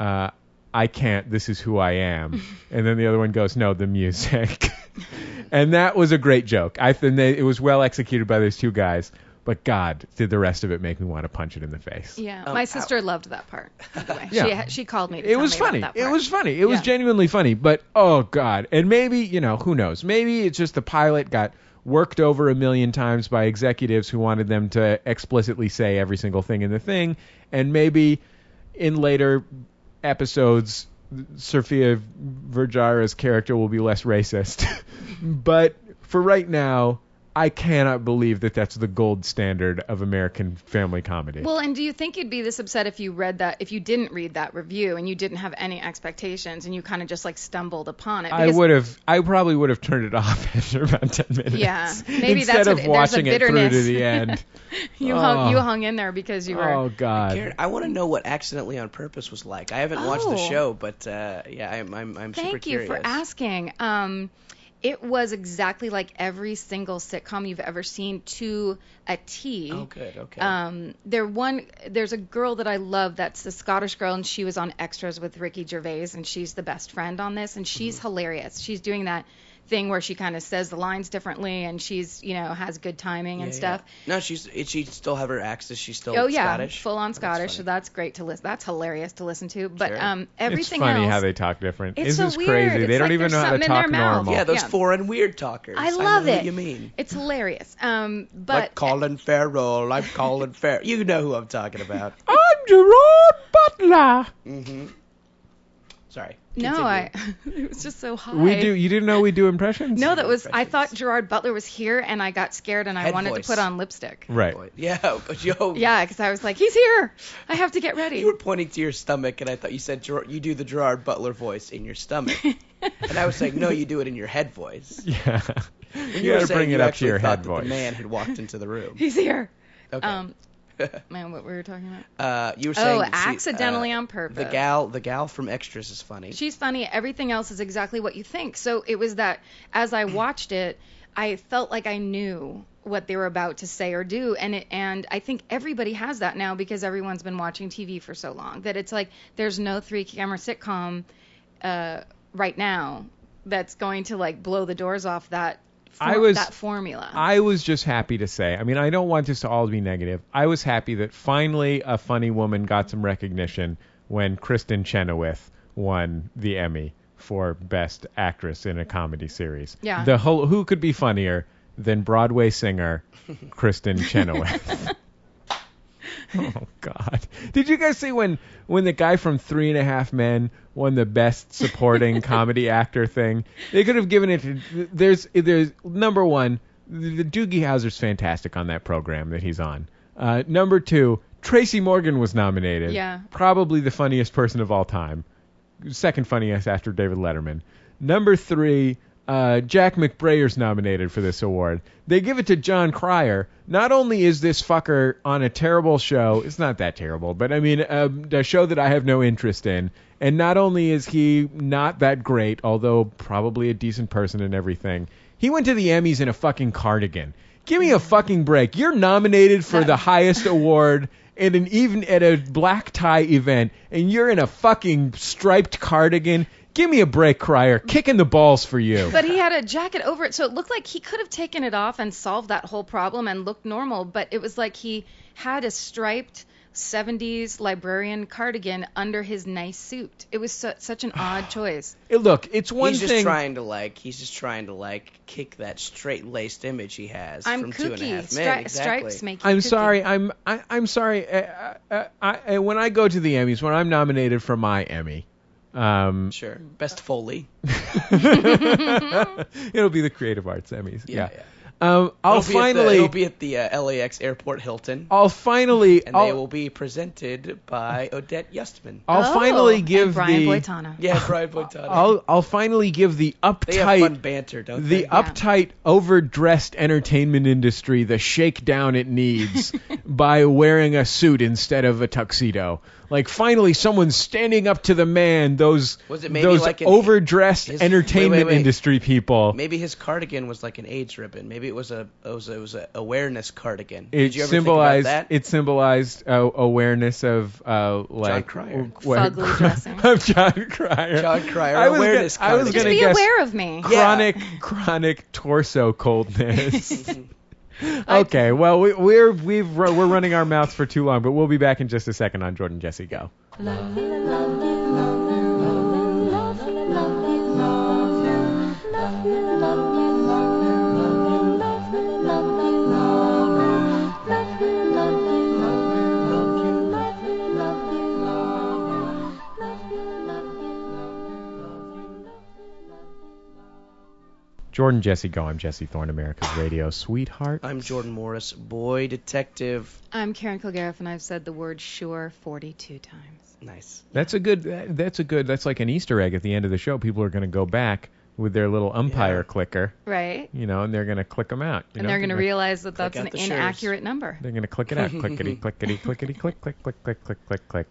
S3: uh, I can't. This is who I am. and then the other one goes, No, the music. and that was a great joke. I think they- it was well executed by those two guys. But God, did the rest of it make me want to punch it in the face?
S5: Yeah, my sister loved that part. By the way.
S3: Yeah.
S5: she, she called me. To
S3: Oh, It
S5: tell
S3: was
S5: me about
S3: funny.
S5: that
S3: It
S5: part.
S3: was funny. It was
S5: Yeah.
S3: genuinely funny. But oh god, and maybe you know who knows? Maybe it's just the pilot got worked over a million times by executives who wanted them to explicitly say every single thing in the thing, and maybe in later episodes, Sofia Vergara's character will be less racist. but for right now. I cannot believe that that's the gold standard of American family comedy.
S5: Well, and do you think you'd be this upset if you read that, if you didn't read that review and you didn't have any expectations and you kind of just like stumbled upon it?
S3: I
S5: Because-
S3: would have. I probably would have turned it off after about ten minutes.
S5: Yeah. Maybe
S3: instead
S5: that's
S3: of
S5: what- there's a
S3: watching it through to
S5: bitterness.
S3: the end.
S5: You hung,
S3: Oh.
S5: you hung in there because you were.
S3: oh God.
S4: Karen, I want to know what accidentally on purpose was like. I haven't watched the
S5: Oh.
S4: show, but uh, yeah, I'm I'm, I'm super
S5: Thank you
S4: curious.
S5: for asking. Um, it was exactly like every single sitcom you've ever seen to a T.
S4: Oh, good. Okay.
S5: Um, there one there's a girl that I love that's the Scottish girl and she
S4: Mm-hmm.
S5: was on Extras with Ricky Gervais and she's the best friend on this and she's hilarious. She's doing that thing where she kind of says the lines differently and she's you know has good timing and
S4: Yeah,
S5: stuff.
S4: yeah. No, she's it- she still have her axe. Is she still
S5: Oh yeah,
S4: Scottish?
S5: full on
S4: That's
S5: Scottish. so
S4: funny.
S5: that's great to listen. That's hilarious to listen to. But
S4: Sure.
S5: um, everything
S3: it's funny
S5: else,
S3: how they talk different.
S5: It's
S3: this
S5: so
S3: is
S5: weird.
S3: crazy.
S5: It's
S3: they don't
S5: like
S3: even
S5: there's
S3: know how to
S5: something in their
S3: talk
S5: mouth.
S3: normal.
S4: yeah, those
S5: yeah.
S4: foreign weird talkers.
S5: I love
S4: know
S5: it.
S4: Who you mean?
S5: It's hilarious. Um,
S4: like
S5: but
S4: Colin Farrell. I'm Colin Farrell. You know who I'm talking about.
S3: I'm Gerard Butler.
S4: hmm Sorry.
S5: no,
S4: Continue.
S5: I. it was just so high.
S3: We do. You didn't know we do impressions?
S5: No, that was. I
S4: Impressions.
S5: thought Gerard Butler was here, and I got scared, and I
S4: Head
S5: wanted
S4: voice.
S5: to put on lipstick.
S3: Right.
S4: Yeah, but yo.
S5: Yeah, because I was like, he's here. I have to get ready.
S4: You were pointing to your stomach, and I thought you said Ger- you do the Gerard Butler voice in your stomach, and I was saying no, you do it in your head voice.
S3: Yeah.
S4: And
S3: you
S4: were
S3: got to
S4: saying
S3: bring
S4: you
S3: it up to
S4: actually
S3: your
S4: thought
S3: head
S4: that
S3: voice.
S4: The man had walked into the room.
S5: he's here.
S4: Okay.
S5: Um, man, what we were talking about.
S4: uh, you were saying
S5: Oh,
S4: see,
S5: accidentally
S4: uh,
S5: on purpose.
S4: The gal, the gal from Extras is funny.
S5: She's funny. Everything else is exactly what you think. So it was that as I watched it, I felt like I knew what they were about to say or do, and it, and I think everybody has that now because everyone's been watching TV for so long that it's like there's no three camera sitcom uh, right now that's going to like blow the doors off that for-
S3: I was-
S5: that formula.
S3: I was just happy to say. I mean, I don't want this to all be negative. I was happy that finally a funny woman got some recognition when Kristen Chenoweth won the Emmy for Best Actress in a Comedy Series.
S5: Yeah.
S3: The whole who could be funnier than Broadway singer Kristen Chenoweth. Oh God! Did you guys see when when the guy from Three and a Half Men won the Best Supporting Comedy Actor thing? They could have given it to. There's there's number one, the the Doogie Howser's fantastic on that program that he's on. Uh, number two, Tracy Morgan was nominated.
S5: Yeah.
S3: Probably the funniest person of all time. Second funniest after David Letterman. Number three, uh, Jack McBrayer's nominated for this award. They give it to John Cryer. Not only is this fucker on a terrible show, it's not that terrible, but I mean, um, a show that I have no interest in. And not only is he not that great, although probably a decent person and everything, he went to the Emmys in a fucking cardigan. Give me a fucking break. You're nominated for the highest award at an even at a black tie event, and you're in a fucking striped cardigan. Give me a break, Crier. Kicking the balls for you.
S5: But he had a jacket over it, so it looked like he could have taken it off and solved that whole problem and looked normal. But it was like he had a striped 70s librarian cardigan under his nice suit. It was su- such an odd choice.
S3: It- Look, it's one
S4: he's just
S3: thing.
S4: trying to like, he's just trying to like kick that straight-laced image he has
S5: I'm
S4: from Two and a
S5: kooky.
S4: Half Men.
S5: Stri-
S4: exactly.
S5: Stripes make you
S3: I'm
S5: kooky.
S3: sorry. I'm I, I'm sorry. Uh, uh, I, I, when I go to the Emmys, when I'm nominated for my Emmy, um,
S4: Sure. Best Foley.
S3: it'll be the Creative Arts Emmys.
S4: Yeah,
S3: Yeah. Um, I'll
S4: It'll be at the-
S3: finally.
S4: it'll be at the uh, LAX airport Hilton,
S3: I'll finally.
S4: and
S3: I'll,
S4: they will be presented by Odette Yustman.
S3: I'll
S5: Oh,
S3: finally
S5: and
S3: give
S5: Brian
S3: the.
S5: Boitano.
S4: yeah, Brian Boitano.
S3: I'll I'll finally give the
S4: they have fun
S3: uptight
S4: banter, don't
S3: the
S4: they?
S5: Yeah.
S3: uptight overdressed entertainment industry the shakedown it needs by wearing a suit instead of a tuxedo. Like finally someone's standing up to the man those
S4: Was it maybe
S3: those
S4: like an-
S3: overdressed
S4: his-
S3: entertainment
S4: wait, wait, wait.
S3: industry people.
S4: Maybe his cardigan was like an AIDS ribbon. Maybe it was a it was, it was a awareness cardigan.
S3: It
S4: Did you ever
S3: symbolized
S4: think about that?
S3: it symbolized uh, awareness of uh, like
S4: Cryer.
S3: where-
S5: Fugly dressing.
S3: of John Cryer.
S4: John Cryer,
S3: I was gonna-
S4: awareness
S3: I was
S4: cardigan.
S5: Just
S3: gonna
S5: be
S3: guess
S5: aware of me.
S4: Yeah.
S3: chronic chronic torso coldness. okay, well we, we're we've ru- we're running our mouths for too long, but we'll be back in just a second on Jordan Jesse Go. Jordan Jesse Go. I'm Jesse Thorne, America's radio sweetheart.
S4: I'm Jordan Morris, boy detective.
S5: I'm Karen Kilgariff, and I've said the word sure 42 times.
S4: Nice.
S3: That's a good. that- That's a good. That's like an Easter egg at the end of the show. People are going to go back with their little umpire
S4: Yeah.
S3: clicker,
S5: Right?
S3: you know, and they're going to click them out. you
S5: And
S3: know?
S5: they're going to
S3: Like,
S5: realize that that's
S4: out
S5: an
S4: the shares.
S5: inaccurate number.
S3: They're gonna click it out. Clickety, clickety, clickety, click, click, click, click, click, click, click.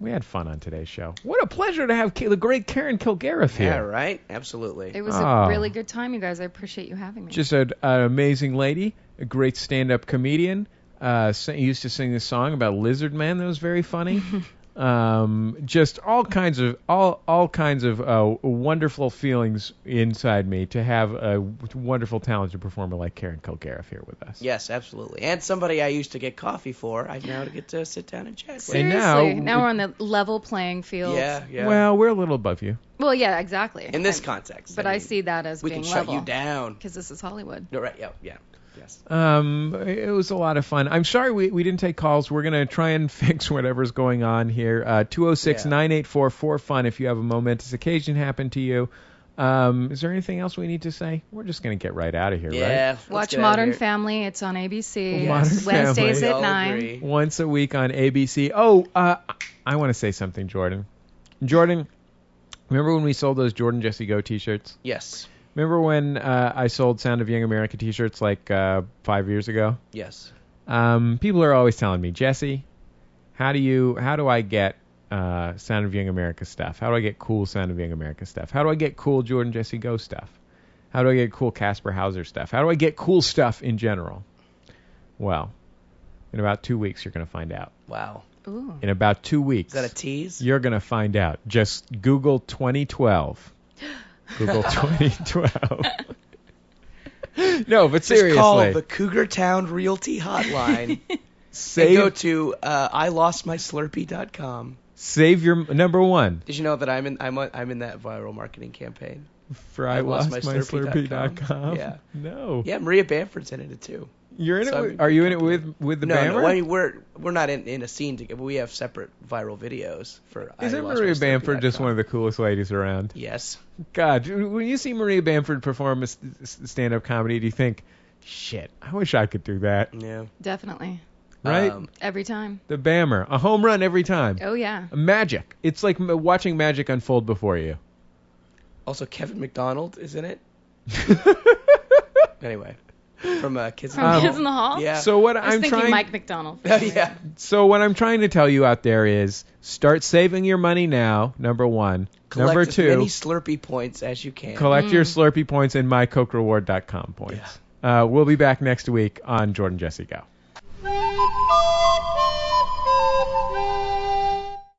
S3: We had fun on today's show. What a pleasure to have K- the great Karen Kilgariff here.
S4: Yeah, right? Absolutely.
S5: It was
S3: Ah.
S5: a really good time, you guys. I appreciate you having me.
S3: Just an, an amazing lady, a great stand-up comedian. Uh, sang, used to sing this song about lizard man that was very funny. Um, just all kinds of all all kinds of uh, wonderful feelings inside me to have a wonderful, talented performer like Karen Kilgariff here with us.
S4: Yes, absolutely. And somebody I used to get coffee for, I now get to sit down and chat with.
S3: And
S5: Seriously,
S3: now-
S5: now, we're on the level playing field.
S4: Yeah, yeah.
S3: Well, we're a little above you.
S5: Well, yeah, exactly.
S4: in this
S5: I'm-
S4: context.
S5: but I,
S4: mean,
S5: see that as
S4: we
S5: being
S4: can
S5: level.
S4: shut you down.
S5: because this is Hollywood.
S4: No, right? Yeah, yeah, yes.
S3: Um, it was a lot of fun. I'm sorry we, we didn't take calls. We're going to try and fix whatever's going on here. Uh, 206 984 4FUN if you have a momentous occasion happen to you. Um, is there anything else we need to say? We're just going to get right out of here,
S4: Yeah. let's
S5: Watch
S4: get out of
S5: Modern
S4: here.
S5: Family. It's on ABC.
S3: Yes. Modern Family.
S5: Wednesdays
S4: We
S5: at
S4: all
S5: nine.
S4: agree.
S3: right? Once a week on ABC. Oh, uh, I want to say something, Jordan. Jordan, remember when we sold those Jordan Jesse Go t shirts?
S4: Yes,
S3: Remember when uh, I sold Sound of Young America t shirts like uh, five years ago?
S4: yes.
S3: Um, people are always telling me, Jesse, how do you, how do I get uh, Sound of Young America stuff? How do I get cool Sound of Young America stuff? How do I get cool Jordan Jesse Go stuff? How do I get cool Casper Hauser stuff? How do I get cool stuff in general? Well, in about two weeks you're going to find out.
S4: Wow.
S5: Ooh.
S3: In about two weeks,
S4: Is that a tease?
S3: you're going to find out. Just Google 2012. Google 2012. no, but
S4: Just
S3: seriously,
S4: call the Cougar Town Realty Hotline and
S3: save
S4: go to uh, ilostmyslurpee.com.
S3: save your number one.
S4: Did you know that I'm in I'm on- I'm in that viral marketing campaign?
S3: For I, lost, my
S4: Slurpee
S3: Slurpee.com.
S4: dot com. Yeah.
S3: No.
S4: Yeah, Maria Bamford's in it too.
S3: You're in
S4: So
S3: it.
S4: I'm
S3: With,
S4: in
S3: are you
S4: good
S3: in it with with the
S4: no,
S3: Bammer?
S4: no, I mean, we're we're not in, in a scene together. We have separate viral videos for.
S3: Isn't Maria Bamford just one of the coolest ladies around?
S4: Yes.
S3: God, when you see Maria Bamford perform a stand up comedy, do you think, shit, I wish I could do that?
S4: Yeah.
S5: Definitely.
S3: Right?
S4: Um,
S5: Every time.
S3: the Bammer. A home run every time.
S5: Oh yeah.
S3: Magic. It's like m- watching magic unfold before you.
S4: also, Kevin McDonald is in it. Anyway, from uh, Kids. in
S5: From
S4: the
S3: Um,
S5: Kids
S4: Hall.
S5: in the Hall.
S4: Yeah.
S3: So what
S5: I was
S3: I'm
S5: thinking
S3: trying
S5: Mike McDonald. for some
S4: yeah.
S5: reason.
S3: So what I'm trying to tell you out there is start saving your money now, number 1.
S4: Collect
S3: number
S4: as
S3: 2.
S4: many Slurpee points as you can.
S3: Collect your Slurpee points and mycokereward.com points. Uh, we'll be back next week on Jordan Jesse Go.
S2: you.